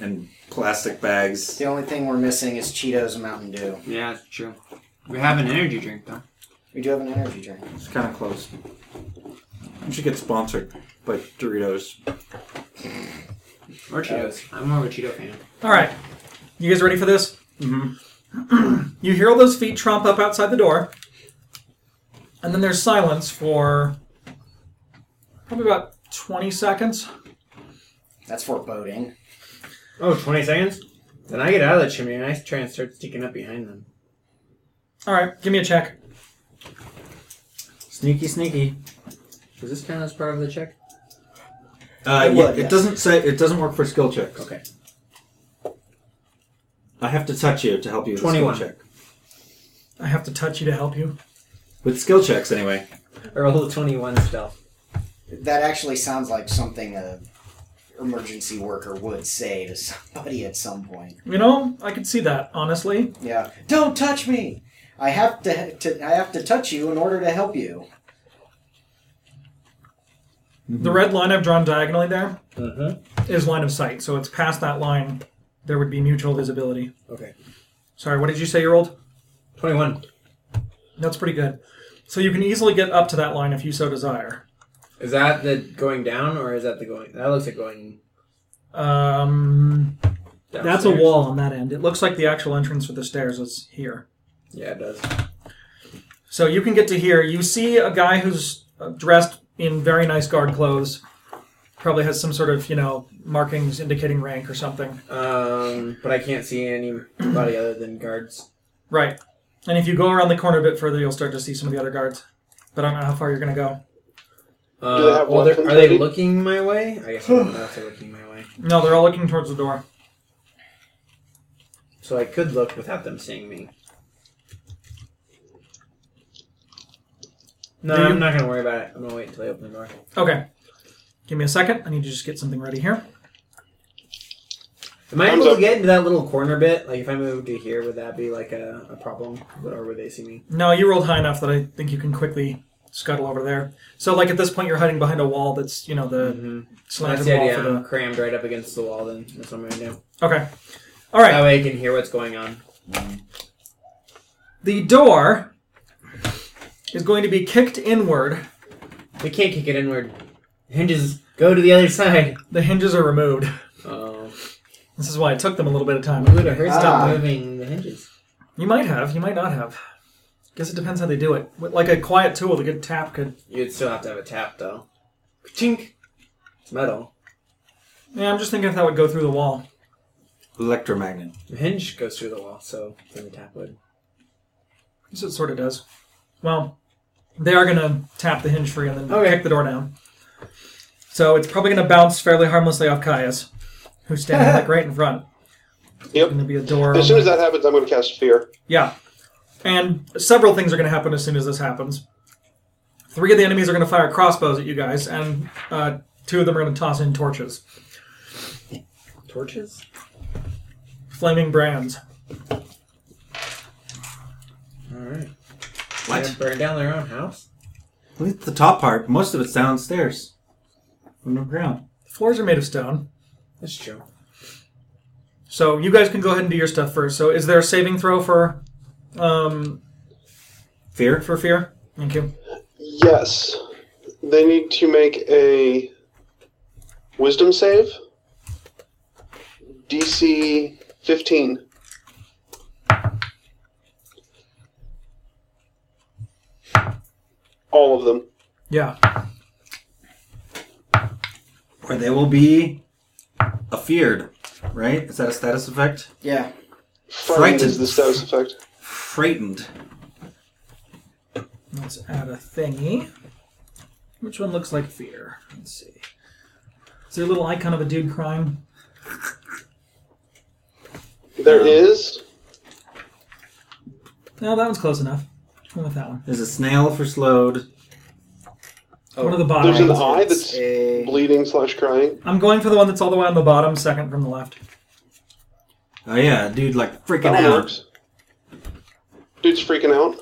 Speaker 2: and plastic bags.
Speaker 3: The only thing we're missing is Cheetos and Mountain Dew.
Speaker 4: Yeah, that's true. We have an energy drink, though.
Speaker 3: We do have an energy drink.
Speaker 2: It's kind of close. You should get sponsored by Doritos.
Speaker 4: Or Cheetos. I'm more of a Cheeto fan.
Speaker 1: All right. You guys ready for this?
Speaker 2: Mm-hmm.
Speaker 1: You hear all those feet tromp up outside the door, and then there's silence for probably about 20 seconds.
Speaker 3: That's foreboding.
Speaker 4: Oh, 20 seconds? Then I get out of the chimney and I try and start sticking up behind them.
Speaker 1: All right, give me a check.
Speaker 2: Sneaky, sneaky.
Speaker 4: Does this count as part of the check?
Speaker 2: Uh, yeah,
Speaker 3: It would,
Speaker 2: it
Speaker 3: yes.
Speaker 2: doesn't say it doesn't work for skill checks.
Speaker 4: Okay.
Speaker 2: I have to touch you to help you with a
Speaker 4: 21.
Speaker 2: skill check.
Speaker 1: I have to touch you to help you.
Speaker 2: With skill checks, anyway.
Speaker 4: Or a 21 stealth.
Speaker 3: That actually sounds like something a emergency worker would say to somebody at some point.
Speaker 1: You know, I could see that, honestly.
Speaker 3: Yeah. Don't touch me. I have to, to I have to touch you in order to help you.
Speaker 1: The red line I've drawn diagonally there
Speaker 4: Uh-huh.
Speaker 1: is line of sight, so it's past that line. There would be mutual visibility.
Speaker 4: Okay.
Speaker 1: Sorry, what did you say you rolled?
Speaker 4: 21.
Speaker 1: That's pretty good. So you can easily get up to that line if you so desire.
Speaker 4: Is that the going down or is that the going? That looks like going
Speaker 1: Um,
Speaker 4: down.
Speaker 1: that's a wall on that end. It looks like the actual entrance for the stairs is here.
Speaker 4: Yeah, it does.
Speaker 1: So you can get to here. You see a guy who's uh, dressed in very nice guard clothes. Probably has some sort of, you know, markings indicating rank or something.
Speaker 4: Um, but I can't see anybody other than guards.
Speaker 1: Right. And if you go around the corner a bit further, you'll start to see some of the other guards. But I don't know how far you're going to go.
Speaker 4: Uh,
Speaker 5: Do they have
Speaker 4: well, they're-
Speaker 5: weapons
Speaker 4: are they
Speaker 5: ready?
Speaker 4: looking my way? I guess I don't know if they're looking my way.
Speaker 1: No, they're all looking towards the door.
Speaker 4: So I could look without them seeing me.
Speaker 1: No.
Speaker 4: I'm not gonna worry about it. I'm gonna wait until I open the door.
Speaker 1: Okay. Give me a second. I need to just get something ready here.
Speaker 4: Am I
Speaker 5: Thumbs
Speaker 4: able to
Speaker 5: up.
Speaker 4: get into that little corner bit? Like, if I moved to here, would that be like a, a problem? Or would they see me?
Speaker 1: No, you rolled high enough that I think you can quickly scuttle over there. So, like at this point, you're hiding behind a wall that's you know the
Speaker 4: That's
Speaker 1: slanted
Speaker 4: the
Speaker 1: wall
Speaker 4: idea.
Speaker 1: for
Speaker 4: I'm
Speaker 1: Mm-hmm. the.
Speaker 4: crammed right up against the wall. Then that's what I'm gonna do.
Speaker 1: Okay. All right.
Speaker 4: That way, I can hear what's going on.
Speaker 1: the door is going to be kicked inward.
Speaker 4: We can't kick it inward. Hinges go to the other side.
Speaker 1: The hinges are removed.
Speaker 4: Oh,
Speaker 1: This is why it took them a little bit of
Speaker 4: we
Speaker 1: time.
Speaker 4: would have heard
Speaker 3: Ah.
Speaker 4: stop moving the hinges.
Speaker 1: You might have. You might not have. Guess it depends how they do it. With, Like a quiet tool, the good tap could.
Speaker 4: You'd still have to have a tap though. Chink. It's metal.
Speaker 1: Yeah, I'm just thinking if that would go through the wall.
Speaker 2: Electromagnet.
Speaker 4: The hinge goes through the wall, so then the tap would.
Speaker 1: Guess it sort of does. Well, they are going to tap the hinge free and then
Speaker 4: Okay.
Speaker 1: kick the door down. So it's probably going to bounce fairly harmlessly off Kaya's, who's standing like right in front.
Speaker 5: Yep.
Speaker 1: Going to be a door.
Speaker 5: As soon as that happens, I'm going to cast fear.
Speaker 1: Yeah. And several things are going to happen as soon as this happens. Three of the enemies are going to fire crossbows at you guys, and uh, two of them are going to toss in torches,
Speaker 4: Torches?
Speaker 1: flaming brands.
Speaker 4: Alright.
Speaker 2: What?
Speaker 4: They burn down their own house?
Speaker 2: At least the top part. Most of it's downstairs. Underground.
Speaker 1: The floors are made of stone,
Speaker 4: That's true.
Speaker 1: so you guys can go ahead and do your stuff first. So, is there a saving throw for um,
Speaker 2: Fear?
Speaker 1: for fear? Thank you.
Speaker 5: Yes. They need to make a wisdom save. DC 15. All of them.
Speaker 1: Yeah.
Speaker 2: Or they will be afeared, right? Is that a status effect?
Speaker 3: Yeah.
Speaker 5: Frightened is
Speaker 2: Frightened.
Speaker 5: the status effect.
Speaker 2: Frightened.
Speaker 1: Let's add a thingy. Which one looks like fear? Let's see. Is there a little icon of a dude crying?
Speaker 5: There is.
Speaker 1: No, that one's close enough. Go with that one.
Speaker 2: There's a snail for slowed.
Speaker 1: One of the bottom.
Speaker 5: There's an
Speaker 1: ones.
Speaker 5: eye that's
Speaker 3: A
Speaker 5: bleeding slash crying.
Speaker 1: I'm going for the one that's all the way on the bottom, second from the left.
Speaker 2: Oh yeah, dude, like freaking
Speaker 5: That
Speaker 2: out.
Speaker 5: works. Dude's freaking out.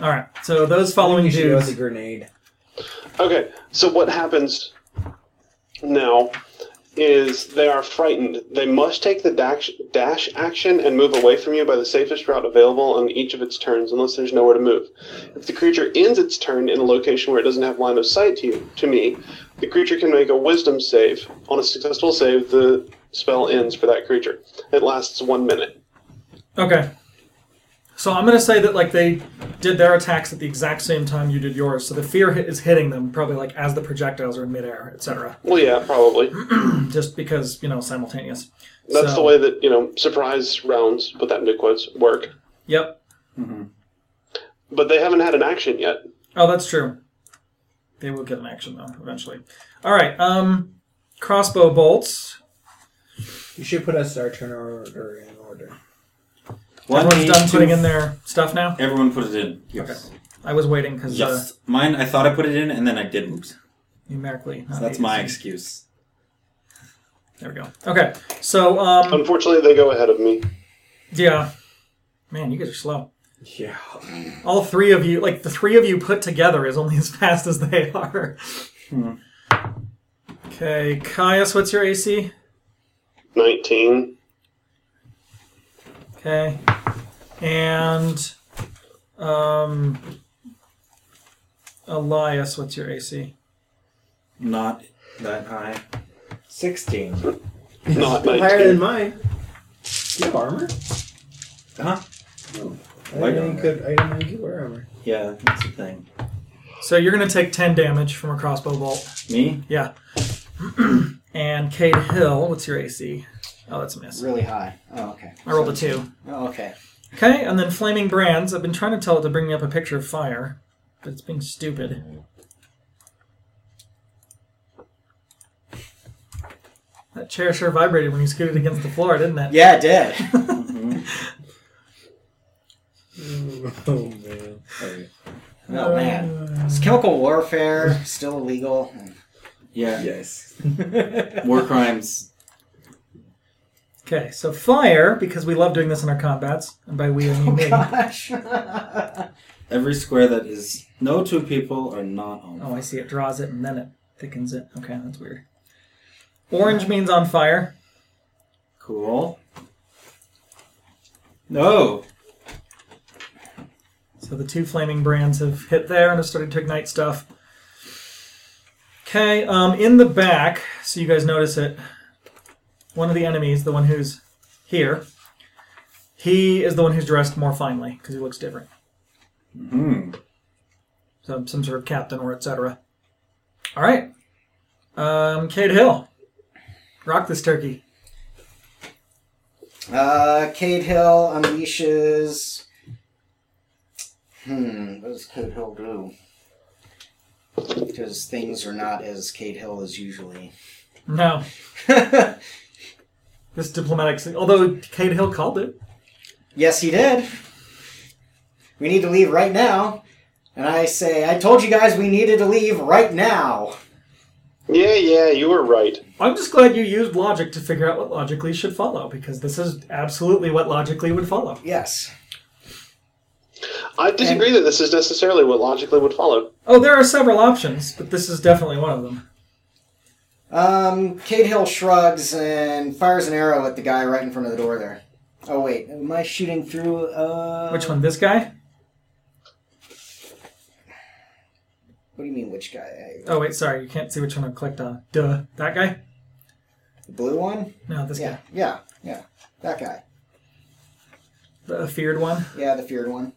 Speaker 1: All right. So those following
Speaker 4: You should go with
Speaker 1: dudes.
Speaker 4: a grenade.
Speaker 5: Okay, so what happens now is they are frightened. They must take the dash, dash action and move away from you by the safest route available on each of its turns, unless there's nowhere to move. If the creature ends its turn in a location where it doesn't have line of sight to you, to me, the creature can make a Wisdom save. On a successful save, the spell ends for that creature. It lasts one minute.
Speaker 1: Okay. So I'm gonna say that like they did their attacks at the exact same time you did yours. So the fear hit is hitting them probably like as the projectiles are in midair, etc.
Speaker 5: Well, yeah, probably.
Speaker 1: Just because you know simultaneous.
Speaker 5: That's
Speaker 1: So-
Speaker 5: the way that you know surprise rounds, put that into quotes, work.
Speaker 1: Yep.
Speaker 5: But they haven't had an action yet.
Speaker 1: Oh, that's true. They will get an action though eventually. All right. Um, crossbow bolts.
Speaker 4: You should put us our turn order in order.
Speaker 2: One,
Speaker 1: Everyone's done
Speaker 2: two,
Speaker 1: putting in their stuff now.
Speaker 2: Everyone put it in. Yes.
Speaker 1: I was waiting uh, because
Speaker 2: Yes. Mine, I thought I put it in and then I didn't. So
Speaker 1: numerically. not
Speaker 2: that's
Speaker 1: the-
Speaker 2: my excuse.
Speaker 1: There we go. Okay. So um,
Speaker 5: Unfortunately, they go ahead of me.
Speaker 1: Yeah. Man, you guys are slow.
Speaker 4: Yeah.
Speaker 1: All three of you, like the three of you put together, is only as fast as they are.
Speaker 2: Hmm.
Speaker 1: Okay, Caius, what's your AC?
Speaker 5: 19.
Speaker 1: Okay. And um Elias, what's your AC?
Speaker 2: Not that high.
Speaker 6: 16.
Speaker 5: Not
Speaker 4: Higher than
Speaker 5: 19.
Speaker 4: mine. Do you have armor?
Speaker 2: Huh?
Speaker 4: I didn't know you could. I didn't know you could wear armor.
Speaker 2: Yeah, that's the thing.
Speaker 1: So you're gonna take ten damage from a crossbow bolt.
Speaker 2: Me?
Speaker 1: Yeah. and Cade Hill, what's your AC? Oh, that's a miss.
Speaker 3: really high. Oh, okay.
Speaker 1: I rolled a two.
Speaker 3: Oh, okay.
Speaker 1: Okay, and then flaming brands. I've been trying to tell it to bring me up a picture of fire, but it's being stupid. That chair sure vibrated when you scooted against the floor, didn't it?
Speaker 3: Yeah, it did.
Speaker 4: Oh man.
Speaker 3: Oh man, is chemical warfare still illegal?
Speaker 2: Yeah.
Speaker 6: Yes.
Speaker 2: War crimes.
Speaker 1: Okay, so fire, because we love doing this in our combats, and by we I mean me.
Speaker 3: Oh, Gosh.
Speaker 2: Every square that is no two people are not on.
Speaker 1: Oh, I see. It draws it and then it thickens it. Okay, that's weird. Orange means on fire.
Speaker 2: Cool. No.
Speaker 1: So the two flaming brands have hit there and have started to ignite stuff. Okay, um, in the back, so you guys notice it, one of the enemies, the one who's here, he is the one who's dressed more finely because he looks different.
Speaker 2: Hmm.
Speaker 1: So some sort of captain or etc. All right, um, Cade Hill, rock this turkey.
Speaker 3: Uh, Cade Hill unleashes. Hmm, what does Cade Hill do? Because things are not as Cade Hill as usually.
Speaker 1: No, this diplomatic. sig- Although Cade Hill called it.
Speaker 3: yes, he did. We need to leave right now. And I say, I told you guys we needed to leave right now.
Speaker 5: Yeah, yeah, you were right.
Speaker 1: I'm just glad you used logic to figure out what logically should follow because this is absolutely what logically would follow.
Speaker 3: Yes.
Speaker 5: I disagree that this is necessarily what logically would follow.
Speaker 1: Oh, there are several options, but this is definitely one of them.
Speaker 3: Um, Cade Hill shrugs and fires an arrow at the guy right in front of the door there. Oh, wait. Am I shooting through? Uh,
Speaker 1: Which one? This guy?
Speaker 3: What do you mean, which guy?
Speaker 1: Oh, wait, sorry, you can't see which one I clicked on. Duh. That guy?
Speaker 3: The blue one?
Speaker 1: No, this
Speaker 3: Yeah, yeah, yeah. That guy.
Speaker 1: guy. The feared one.
Speaker 3: Yeah, the feared one.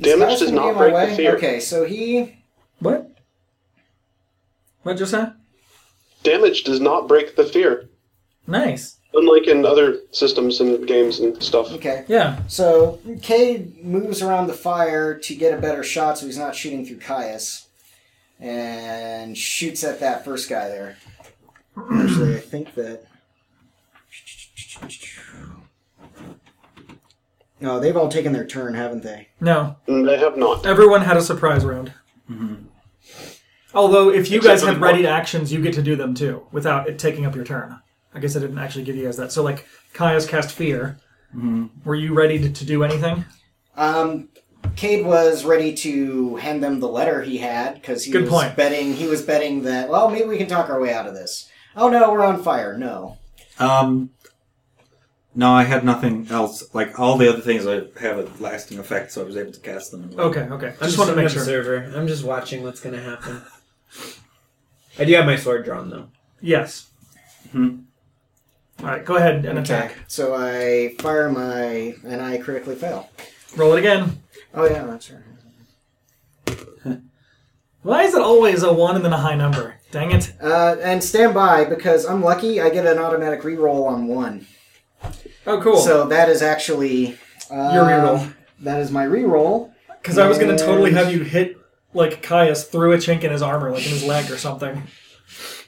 Speaker 5: Damage
Speaker 3: That's
Speaker 5: does
Speaker 3: gonna be
Speaker 5: not
Speaker 3: my
Speaker 5: break
Speaker 3: way.
Speaker 5: the fear.
Speaker 3: Okay, so he.
Speaker 1: What? What just that?
Speaker 5: Damage does not break the fear,
Speaker 1: Nice.
Speaker 5: unlike in other systems and games and stuff.
Speaker 3: Okay,
Speaker 1: Yeah.
Speaker 3: so Cade moves around the fire to get a better shot so he's not shooting through Caius. And shoots at that first guy there. Actually, I think that. No, they've all taken their turn, haven't they?
Speaker 1: No.
Speaker 5: And they have not.
Speaker 1: Everyone had a surprise round. Although, if you
Speaker 5: Except
Speaker 1: guys
Speaker 5: for
Speaker 1: had
Speaker 5: the
Speaker 1: readied actions, you get to do them too without it taking up your turn. I guess I didn't actually give you guys that. So, like, Kaya's cast fear. Were you ready to, to do anything?
Speaker 3: Um, Cade was ready to hand them the letter he had because he
Speaker 1: Good
Speaker 3: was
Speaker 1: point.
Speaker 3: betting. He was betting that well, maybe we can talk our way out of this. Oh no, we're on fire. No.
Speaker 2: Um. No, I had nothing else. Like all the other things, I have a lasting effect, so I was able to cast them.
Speaker 1: Okay, okay.
Speaker 4: I'm
Speaker 1: just
Speaker 4: just,
Speaker 1: want to
Speaker 4: an
Speaker 1: make sure.
Speaker 4: observer. I'm just watching what's going to happen. I do have my sword drawn though.
Speaker 1: Yes. All right, go ahead and attack.
Speaker 3: So I fire my and I critically fail.
Speaker 1: Roll it again.
Speaker 3: Oh yeah, that's right.
Speaker 1: Why is it always a one and then a high number? Dang it.
Speaker 3: Uh, and stand by because I'm lucky. I get an automatic reroll on one.
Speaker 1: Oh, cool.
Speaker 3: So that is actually uh,
Speaker 1: Your reroll.
Speaker 3: That is my reroll.
Speaker 1: Because I was going to totally
Speaker 3: And-
Speaker 1: have you hit, like, Caius through a chink in his armor, like in his leg or something.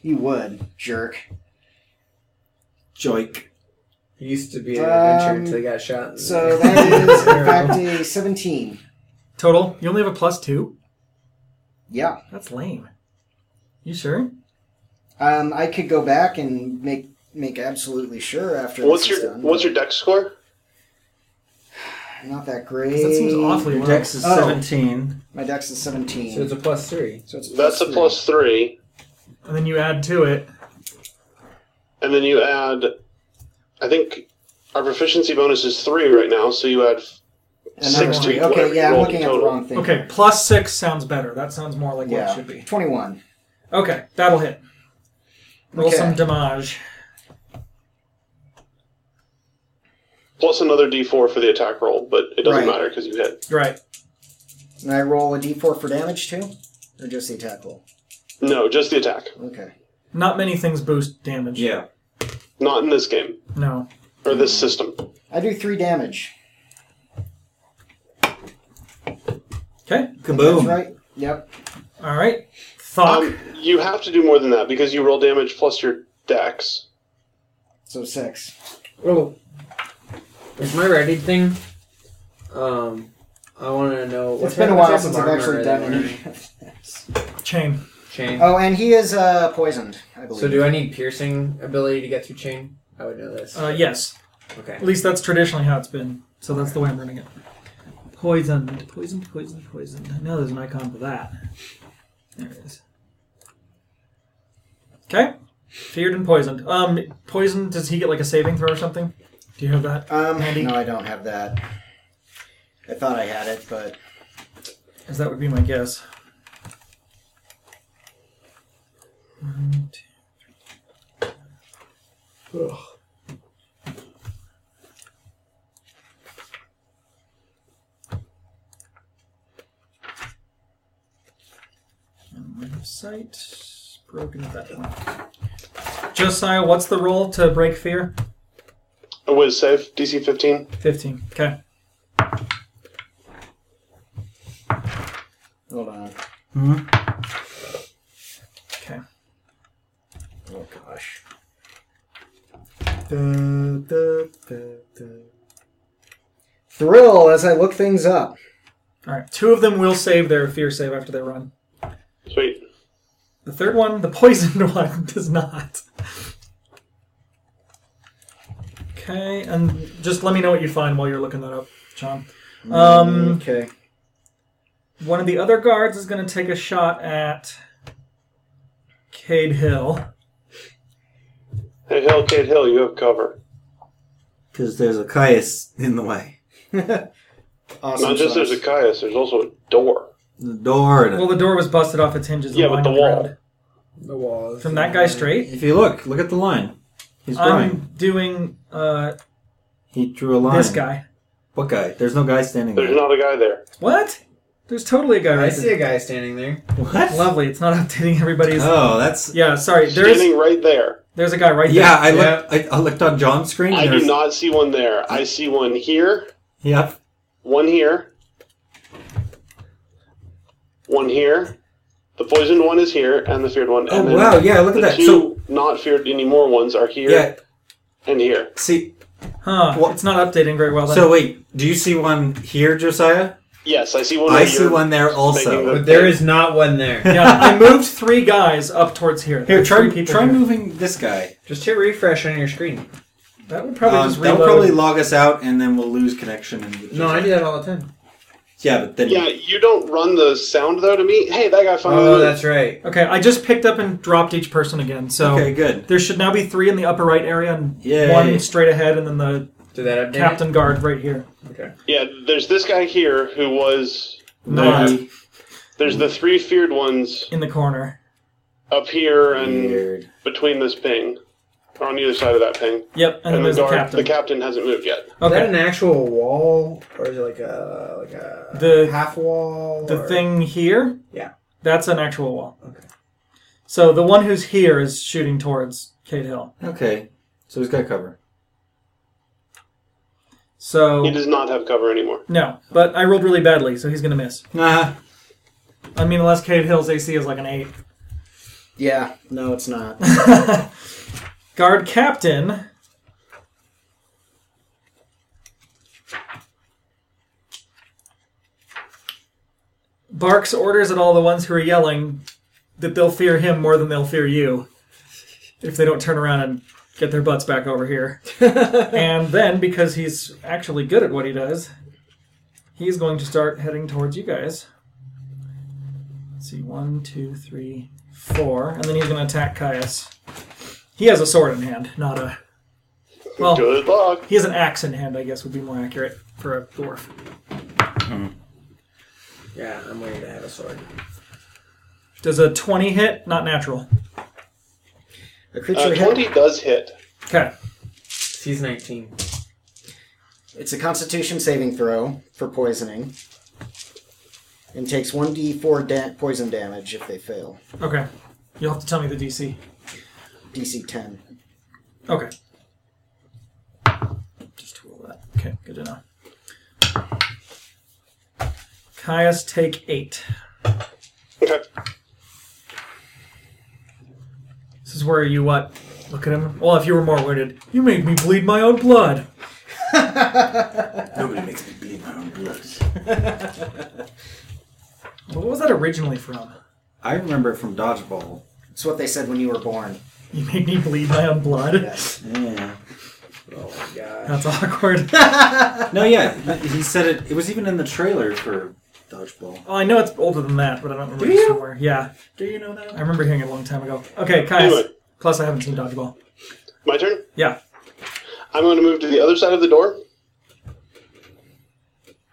Speaker 3: You would jerk.
Speaker 2: Joik.
Speaker 4: He used to be an adventurer
Speaker 3: Um,
Speaker 4: until he got shot.
Speaker 3: So that is in fact a seventeen.
Speaker 1: Total, you only have a plus two?
Speaker 3: Yeah.
Speaker 1: That's lame. You sure?
Speaker 3: Um, I could go back and make make absolutely sure after this
Speaker 5: What's
Speaker 3: is
Speaker 5: your
Speaker 3: done.
Speaker 5: What's your deck score?
Speaker 3: Not that great.
Speaker 1: 'Cause that seems awfully
Speaker 2: Your
Speaker 1: low.
Speaker 2: dex is
Speaker 3: Oh.
Speaker 2: 17.
Speaker 3: My dex is seventeen.
Speaker 4: So it's a plus three.
Speaker 3: So it's
Speaker 5: That's a
Speaker 3: three.
Speaker 5: plus three,
Speaker 1: And then you add to it.
Speaker 5: and then you add. I think our proficiency bonus is three right now, so you add
Speaker 3: Another
Speaker 5: six
Speaker 3: one.
Speaker 5: to each whatever
Speaker 3: Okay, yeah,
Speaker 5: you
Speaker 3: I'm
Speaker 5: rolled
Speaker 3: looking
Speaker 5: in
Speaker 3: at the
Speaker 5: total.
Speaker 3: wrong thing.
Speaker 1: Okay, plus six sounds better. That sounds more like what
Speaker 3: yeah,
Speaker 1: it should be.
Speaker 3: twenty-one.
Speaker 1: Okay, that'll hit. Roll
Speaker 3: Okay.
Speaker 1: some damage.
Speaker 5: Plus another D4 for the attack roll, but it doesn't
Speaker 3: Right.
Speaker 5: matter because you hit.
Speaker 1: Right.
Speaker 3: And I roll a d4 for damage too, or just the attack roll.
Speaker 5: No, just the attack.
Speaker 3: Okay.
Speaker 1: Not many things boost damage.
Speaker 2: Yeah.
Speaker 5: Not in this game
Speaker 1: No.
Speaker 5: or this
Speaker 3: Hmm.
Speaker 5: system.
Speaker 3: I do three damage.
Speaker 1: Okay.
Speaker 2: Kaboom.
Speaker 3: That's right. Yep.
Speaker 1: All right. Fuck.
Speaker 5: Um, you have to do more than that because you roll damage plus your dex.
Speaker 3: So six.
Speaker 4: Oh, is my ready thing? Um, I want to know. what
Speaker 3: It's been
Speaker 4: type-
Speaker 3: a
Speaker 4: what
Speaker 3: while
Speaker 4: type
Speaker 3: since
Speaker 4: of
Speaker 3: I've
Speaker 4: armor
Speaker 3: actually
Speaker 4: are
Speaker 3: done
Speaker 4: they
Speaker 3: any.
Speaker 4: wearing?
Speaker 1: Chain.
Speaker 4: Chain.
Speaker 3: Oh, and he is uh, poisoned, I believe.
Speaker 4: so do I need piercing ability to get through chain? I would know this.
Speaker 1: Uh, yes.
Speaker 4: okay.
Speaker 1: At least that's traditionally how it's been. So that's the way I'm running it. Poisoned. Poisoned, poisoned, poisoned. I know there's an icon for that. There it is. Okay. Feared and poisoned. Um, poisoned, does he get like a saving throw or something? Do you have that?
Speaker 3: Um,
Speaker 1: Andy?
Speaker 3: no, I don't have that. I thought I had it, but
Speaker 1: Because that would be my guess. One, two, three. And line of sight broken at that point. Josiah, what's the roll to break fear?
Speaker 5: A whiz save, DC 15.
Speaker 1: Fifteen. Okay.
Speaker 3: hold on.
Speaker 1: Okay.
Speaker 3: Oh gosh. Thrill as I look things up.
Speaker 1: All right. Two of them will save their fear save after they run.
Speaker 5: Sweet.
Speaker 1: The third one, the poisoned one, does not. Okay, and just let me know what you find while you're looking that up, John. Um,
Speaker 3: Okay.
Speaker 1: one of the other guards is going to take a shot at Cade Hill.
Speaker 5: Hey, Hill, Kate Hill, you have cover.
Speaker 2: Because there's a Caius in the way.
Speaker 3: Awesome.
Speaker 5: Not just
Speaker 3: sauce.
Speaker 5: there's a Caius, there's also a door.
Speaker 2: The door. to-
Speaker 1: Well, the door was busted off its hinges. and
Speaker 5: Yeah, but
Speaker 1: lying
Speaker 5: the
Speaker 1: on
Speaker 5: wall.
Speaker 1: ground.
Speaker 4: The wall.
Speaker 1: From that guy straight,
Speaker 2: if you look, look at the line. He's drawing.
Speaker 1: I'm doing uh,
Speaker 2: he drew a line.
Speaker 1: this guy.
Speaker 2: What guy? There's no guy standing
Speaker 5: There's
Speaker 2: there.
Speaker 5: not a guy there.
Speaker 1: What? There's totally a guy
Speaker 4: I
Speaker 1: right
Speaker 4: see a guy standing there.
Speaker 2: What?
Speaker 1: there. Lovely. It's not updating everybody's.
Speaker 2: Oh, that's.
Speaker 1: yeah, sorry. There's
Speaker 5: Standing right there.
Speaker 1: there's a guy right there.
Speaker 2: Yeah, I looked. I, I looked on John's screen.
Speaker 5: I
Speaker 2: and
Speaker 5: do
Speaker 2: there's-
Speaker 5: not see one there. I see one here,
Speaker 2: Yep.
Speaker 5: one here, one here. The poisoned one is here, and the feared one.
Speaker 2: Oh
Speaker 5: and then
Speaker 2: wow! Yeah, look
Speaker 5: the
Speaker 2: at that.
Speaker 5: two
Speaker 2: So
Speaker 5: not feared anymore ones are here
Speaker 2: yeah.
Speaker 5: and here.
Speaker 2: See.
Speaker 1: Huh.
Speaker 2: Well-
Speaker 1: it's not updating very well. Then.
Speaker 2: So wait. Do you see one here, Josiah?
Speaker 5: Yes, I see one.
Speaker 2: I
Speaker 5: right
Speaker 2: see
Speaker 5: here.
Speaker 2: one there
Speaker 5: Making
Speaker 2: also.
Speaker 5: the-
Speaker 4: But there is not one there.
Speaker 1: yeah, I moved three guys up towards here.
Speaker 2: Here,
Speaker 1: There's
Speaker 2: try
Speaker 1: three people
Speaker 2: try
Speaker 1: here.
Speaker 2: moving this guy.
Speaker 4: Just hit refresh on your screen.
Speaker 1: That would probably
Speaker 2: Um,
Speaker 1: just
Speaker 2: that'll
Speaker 1: reload.
Speaker 2: probably log us out, and then we'll lose connection. And
Speaker 4: No, I do that all the time.
Speaker 2: Yeah, but then
Speaker 5: Yeah, you don't run the sound though to me. Hey, that guy finally.
Speaker 4: Oh,
Speaker 5: moved.
Speaker 4: that's right.
Speaker 1: Okay, I just picked up and dropped each person again. So
Speaker 2: okay, good.
Speaker 1: there should now be three in the upper right area and
Speaker 2: Yay.
Speaker 1: one straight ahead, and then the
Speaker 4: Did that update? it?
Speaker 1: captain guard right here.
Speaker 4: Okay.
Speaker 5: Yeah, there's this guy here who was.
Speaker 1: Not
Speaker 2: Maybe.
Speaker 5: There's the three feared ones
Speaker 1: in the corner.
Speaker 5: up here and
Speaker 2: Weird.
Speaker 5: between this ping, or on either side of that ping.
Speaker 1: Yep, and, then
Speaker 5: And the
Speaker 1: there's the
Speaker 5: guard,
Speaker 1: captain.
Speaker 5: hasn't moved yet.
Speaker 4: Is that
Speaker 1: okay,
Speaker 4: an actual wall, or is it like a like a
Speaker 1: The-
Speaker 4: half wall?
Speaker 1: the
Speaker 4: or-
Speaker 1: thing here.
Speaker 4: Yeah.
Speaker 1: that's an actual wall.
Speaker 4: Okay.
Speaker 1: So the one who's here is shooting towards Cade Hill.
Speaker 2: Okay, so he's got cover.
Speaker 5: He
Speaker 1: So
Speaker 5: does not have cover anymore.
Speaker 1: no, but I rolled really badly, so he's gonna miss.
Speaker 2: Nah.
Speaker 1: I mean, unless Cade Hill's AC is like an eight.
Speaker 3: Yeah. No, it's not.
Speaker 1: Guard Captain. Barks orders at all the ones who are yelling that they'll fear him more than they'll fear you if they don't turn around and get their butts back over here. and then, because he's actually good at what he does, he's going to start heading towards you guys. Let's see, one, two, three, four. And then he's going to attack Caius. He has a sword in hand, not a. Well,
Speaker 5: Good luck.
Speaker 1: he has an axe in hand, I guess would be more accurate for a dwarf.
Speaker 4: Yeah, I'm waiting to have a sword.
Speaker 1: Does a 20 hit? Not natural.
Speaker 3: A
Speaker 5: Uh,
Speaker 3: creature hit.
Speaker 5: Twenty does hit.
Speaker 1: Okay.
Speaker 4: He's 19.
Speaker 3: It's a Constitution saving throw for poisoning, and takes one d4 da- poison damage if they fail.
Speaker 1: Okay. You'll have to tell me the DC.
Speaker 3: DC 10.
Speaker 1: Okay. Just roll that. Okay, good to know. Caius, take 8.
Speaker 5: Okay.
Speaker 1: This is where you what? Look at him. Well, if you were more wounded, you made me bleed my own blood.
Speaker 2: Nobody makes me bleed my own blood.
Speaker 1: What was that originally from?
Speaker 2: I remember it from Dodgeball.
Speaker 3: It's what they said when you were born.
Speaker 1: You made me bleed my own blood.
Speaker 3: Yes.
Speaker 2: Yeah.
Speaker 4: Oh my god.
Speaker 1: That's awkward.
Speaker 2: No, yeah, he said it. It was even in the trailer for Dodgeball.
Speaker 1: well, I know it's older than that, but I don't remember
Speaker 2: Do
Speaker 1: it's
Speaker 2: you?
Speaker 1: from where. Yeah,
Speaker 2: Do you know that?
Speaker 1: I remember hearing it a long time ago. Okay, Kaius.
Speaker 5: Anyway.
Speaker 1: Plus, I haven't seen Dodgeball.
Speaker 5: My turn?
Speaker 1: Yeah.
Speaker 5: I'm going to move to the other side of the door,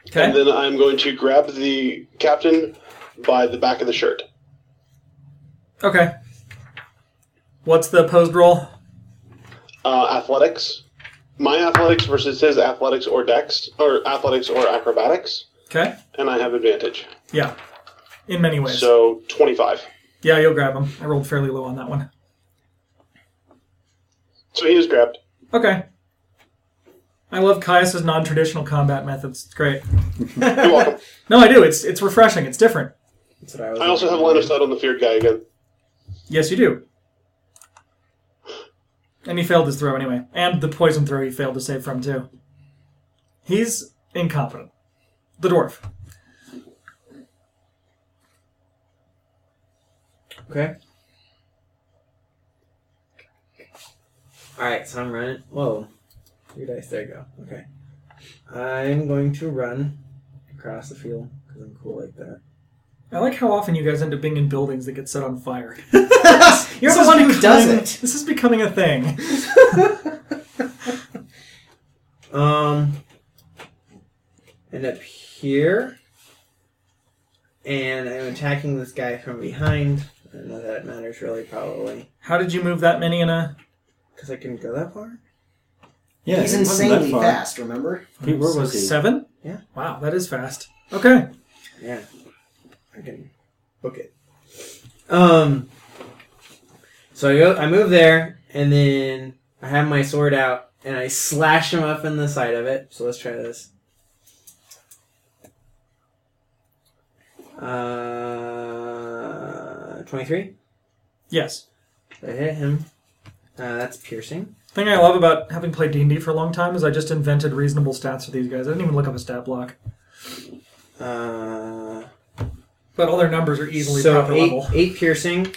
Speaker 1: Okay.
Speaker 5: and then I'm going to grab the captain by the back of the shirt.
Speaker 1: okay. What's the posed roll?
Speaker 5: Uh, athletics. My athletics versus his athletics or dex, or athletics or acrobatics,
Speaker 1: Okay.
Speaker 5: and I have advantage.
Speaker 1: Yeah. In many ways.
Speaker 5: So 25.
Speaker 1: yeah, you'll grab him. I rolled fairly low on that one.
Speaker 5: So he is grabbed.
Speaker 1: Okay. I love Caius's non-traditional combat methods. It's great.
Speaker 5: You're welcome.
Speaker 1: No, I do. It's it's refreshing. It's different.
Speaker 4: That's what I was.
Speaker 5: I also have line of sight on the feared guy again.
Speaker 1: Yes, you do. And he failed his throw anyway. And the poison throw he failed to save from, too. He's incompetent. The dwarf.
Speaker 4: Okay.
Speaker 7: All right, so I'm running.
Speaker 4: Whoa. Three dice. There you go. Okay. I'm going to run across the field because I'm cool like that.
Speaker 1: I like how often you guys end up being in buildings that get set on fire.
Speaker 3: You're
Speaker 1: This
Speaker 3: the
Speaker 1: is
Speaker 3: one who
Speaker 1: becoming-
Speaker 3: does it.
Speaker 1: This is becoming a thing.
Speaker 4: Um, and up here, and I'm attacking this guy from behind. I don't know that it matters really, probably,
Speaker 1: How did you move that many in a.
Speaker 4: because I couldn't go that far.
Speaker 2: Yeah,
Speaker 3: He's
Speaker 2: it wasn't that
Speaker 3: insanely
Speaker 2: far.
Speaker 3: fast, remember?
Speaker 2: He- where was he?
Speaker 1: Seven?
Speaker 4: Yeah.
Speaker 1: Wow, that is fast. Okay.
Speaker 4: Yeah, I can book it. Um, so I go, I move there, and then I have my sword out, and I slash him up in the side of it. So let's try this. Uh, twenty-three.
Speaker 1: Yes.
Speaker 4: I hit him. Uh, that's piercing.
Speaker 1: Thing I love about having played D&D for a long time is I just invented reasonable stats for these guys. I didn't even look up a stat block.
Speaker 4: Uh,
Speaker 1: But all their numbers are easily
Speaker 4: so
Speaker 1: proper
Speaker 4: eight,
Speaker 1: level.
Speaker 4: eight piercing,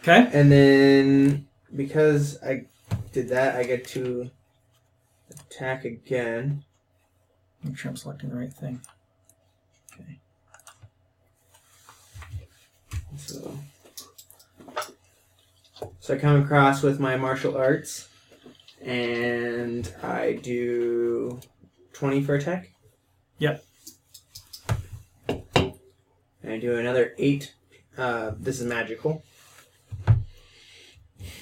Speaker 1: Okay.
Speaker 4: and then because I did that, I get to attack again.
Speaker 1: Make sure I'm selecting the right thing.
Speaker 4: So, so I come across with my martial arts, and I do twenty for attack.
Speaker 1: Yep.
Speaker 4: And I do another eight. Uh, this is magical.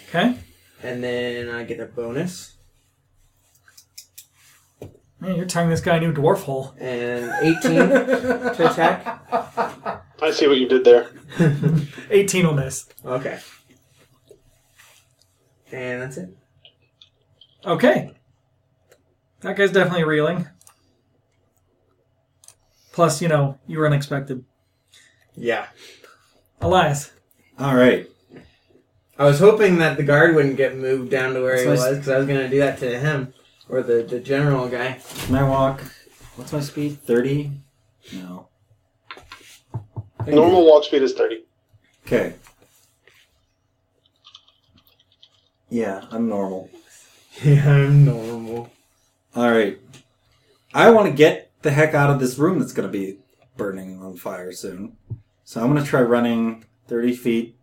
Speaker 1: Okay.
Speaker 4: And then I get a bonus.
Speaker 1: Man, you're tying this guy a new dwarf hole.
Speaker 4: And 18 to attack.
Speaker 5: I see what you did there.
Speaker 1: 18 will miss.
Speaker 4: Okay. And that's it.
Speaker 1: Okay. That guy's definitely reeling. Plus, you know, you were unexpected.
Speaker 4: Yeah.
Speaker 1: Elias.
Speaker 2: All right.
Speaker 4: I was hoping that the guard wouldn't get moved down to where he
Speaker 2: That's
Speaker 4: was
Speaker 2: nice.
Speaker 4: because I was going to do that to him or the, the general guy.
Speaker 2: Can I walk? What's my speed? Thirty? No.
Speaker 5: Normal walk speed is 30.
Speaker 2: Okay. Yeah, I'm normal.
Speaker 4: Yeah, I'm normal.
Speaker 2: All right. I want to get the heck out of this room that's going to be burning on fire soon. So I'm going to try running 30 feet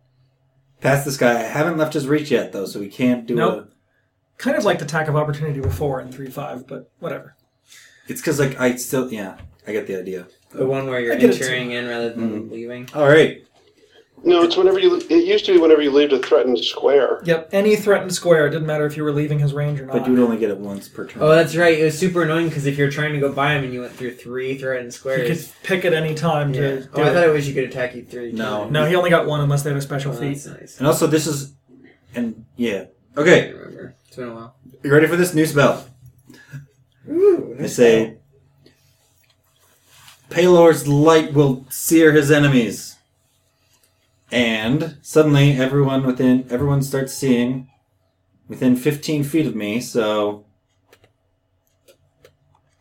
Speaker 2: past this guy. I haven't left his reach yet, though, so he can't do
Speaker 1: Nope.
Speaker 2: it.
Speaker 1: Kind of like the attack of opportunity before in 3 5, but whatever.
Speaker 2: It's because, like, I still. Yeah, I get the idea.
Speaker 4: The one where you're
Speaker 1: I get it Mm-hmm. too.
Speaker 4: entering in rather than leaving.
Speaker 2: All right.
Speaker 5: No, it's whenever you. It used to be whenever you leave a threatened square.
Speaker 1: Yep, any threatened square. It didn't matter if you were leaving his range or not.
Speaker 2: But you would only get it once per turn.
Speaker 4: Oh, that's right. It was super annoying because if you're trying to go by him and you went through three threatened
Speaker 1: You could
Speaker 4: squares.
Speaker 1: pick at any time
Speaker 4: Yeah.
Speaker 1: to do
Speaker 4: Oh, I
Speaker 1: it.
Speaker 4: thought it was you could attack you three.
Speaker 2: No.
Speaker 4: times.
Speaker 1: No, he only got one unless they had a
Speaker 4: Oh,
Speaker 1: special feat.
Speaker 4: that's nice.
Speaker 2: and also, this is. And yeah.
Speaker 4: I
Speaker 2: Okay,
Speaker 4: remember. It's been a while.
Speaker 2: you ready for this new spell?
Speaker 4: Ooh,
Speaker 2: I say, Palor's light will sear his enemies. And suddenly, everyone within everyone starts seeing within 15 feet of me. So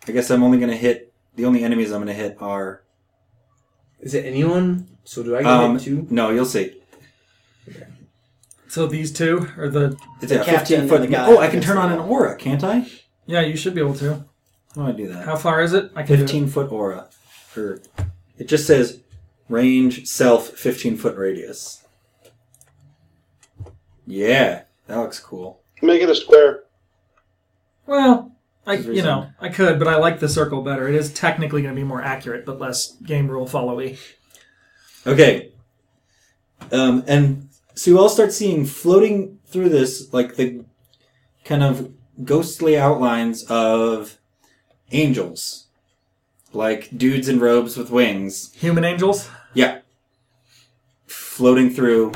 Speaker 2: I guess I'm only gonna hit the only enemies I'm gonna hit are.
Speaker 6: Is it anyone? So do I get
Speaker 2: Um,
Speaker 6: hit too?
Speaker 2: no, you'll see.
Speaker 1: So these two are the.
Speaker 2: It's
Speaker 3: The
Speaker 2: a
Speaker 3: captain
Speaker 2: 15 foot.
Speaker 3: and the guy
Speaker 2: Oh, I can
Speaker 3: against
Speaker 2: turn
Speaker 3: the
Speaker 2: on an
Speaker 3: wall.
Speaker 2: aura, can't I?
Speaker 1: Yeah, you should be able to.
Speaker 2: How do I do that?
Speaker 1: How far is it? I can do it.
Speaker 2: 15 foot aura. Or it just says range self 15 foot radius. Yeah, that looks cool.
Speaker 5: Make it a square.
Speaker 1: Well, I
Speaker 2: Is there
Speaker 1: you know
Speaker 2: some-
Speaker 1: I could, but I like the circle better. It is technically going to be more accurate, but less game rule followy.
Speaker 2: Okay. Um, and so you all start seeing floating through this, like the kind of ghostly outlines of angels. Like dudes in robes with wings.
Speaker 1: Human angels.
Speaker 2: Yeah. Floating through,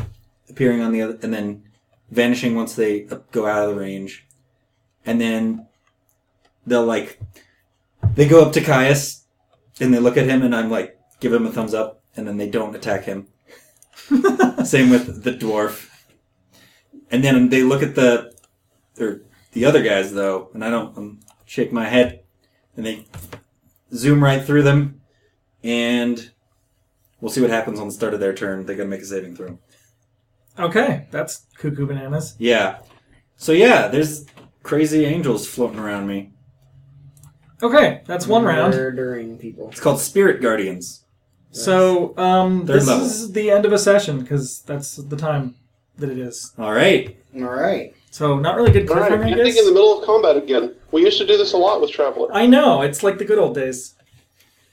Speaker 2: appearing on the other, and then vanishing once they uh, go out of the range. And then they'll like, they go up to Caius and they look at him and I'm like, give him a thumbs up and then they don't attack him. Same with the dwarf. And then they look at the, or the other guys though, and I don't um, shake my head and they zoom right through them and We'll see what happens on the start of their turn. They gotta make a saving throw.
Speaker 1: Okay, that's cuckoo bananas.
Speaker 2: Yeah. So yeah, there's crazy angels floating around me.
Speaker 1: Okay, that's one round.
Speaker 6: Murdering people.
Speaker 2: It's called Spirit Guardians.
Speaker 1: So um,
Speaker 2: Third
Speaker 1: this
Speaker 2: level.
Speaker 1: is the end of a session because that's the time that it is.
Speaker 2: All right.
Speaker 3: All right.
Speaker 1: So not really good
Speaker 5: All right,
Speaker 1: cliffhanger,
Speaker 5: I
Speaker 1: I
Speaker 5: think
Speaker 1: guess.
Speaker 5: in the middle of combat again. We used to do this a lot with Traveler.
Speaker 1: I know it's like the good old days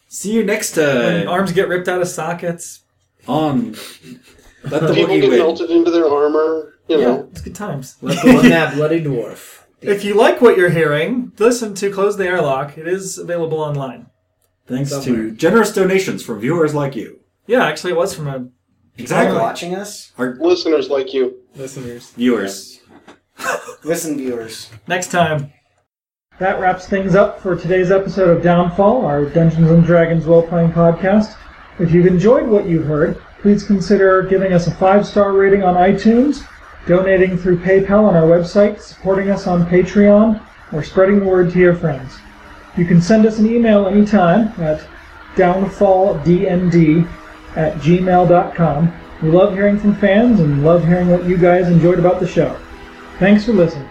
Speaker 2: See you next
Speaker 1: when
Speaker 2: time
Speaker 1: arms get ripped out of sockets.
Speaker 2: on. Let the
Speaker 5: People
Speaker 2: Wookiee
Speaker 5: get
Speaker 2: win.
Speaker 5: melted into their armor. You
Speaker 1: Yeah,
Speaker 5: know,
Speaker 1: it's good times.
Speaker 6: Let the one that bloody dwarf.
Speaker 1: If you like what you're hearing, listen to Close the Airlock. It is available online.
Speaker 2: Thanks
Speaker 6: Somewhere.
Speaker 2: to generous donations from viewers like you.
Speaker 1: Yeah, actually, it was from a
Speaker 3: Exactly.
Speaker 2: Exactly.
Speaker 3: watching us.
Speaker 2: Our
Speaker 5: listeners like you.
Speaker 6: Listeners.
Speaker 2: viewers.
Speaker 3: Listen, viewers.
Speaker 1: next time. That wraps things up for today's episode of Downfall, our Dungeons and Dragons role playing podcast. If you've enjoyed what you've heard, please consider giving us a five star rating on iTunes, donating through PayPal on our website, supporting us on Patreon, or spreading the word to your friends. You can send us an email anytime at downfalldnd at gmail.com. We love hearing from fans and love hearing what you guys enjoyed about the show. Thanks for listening.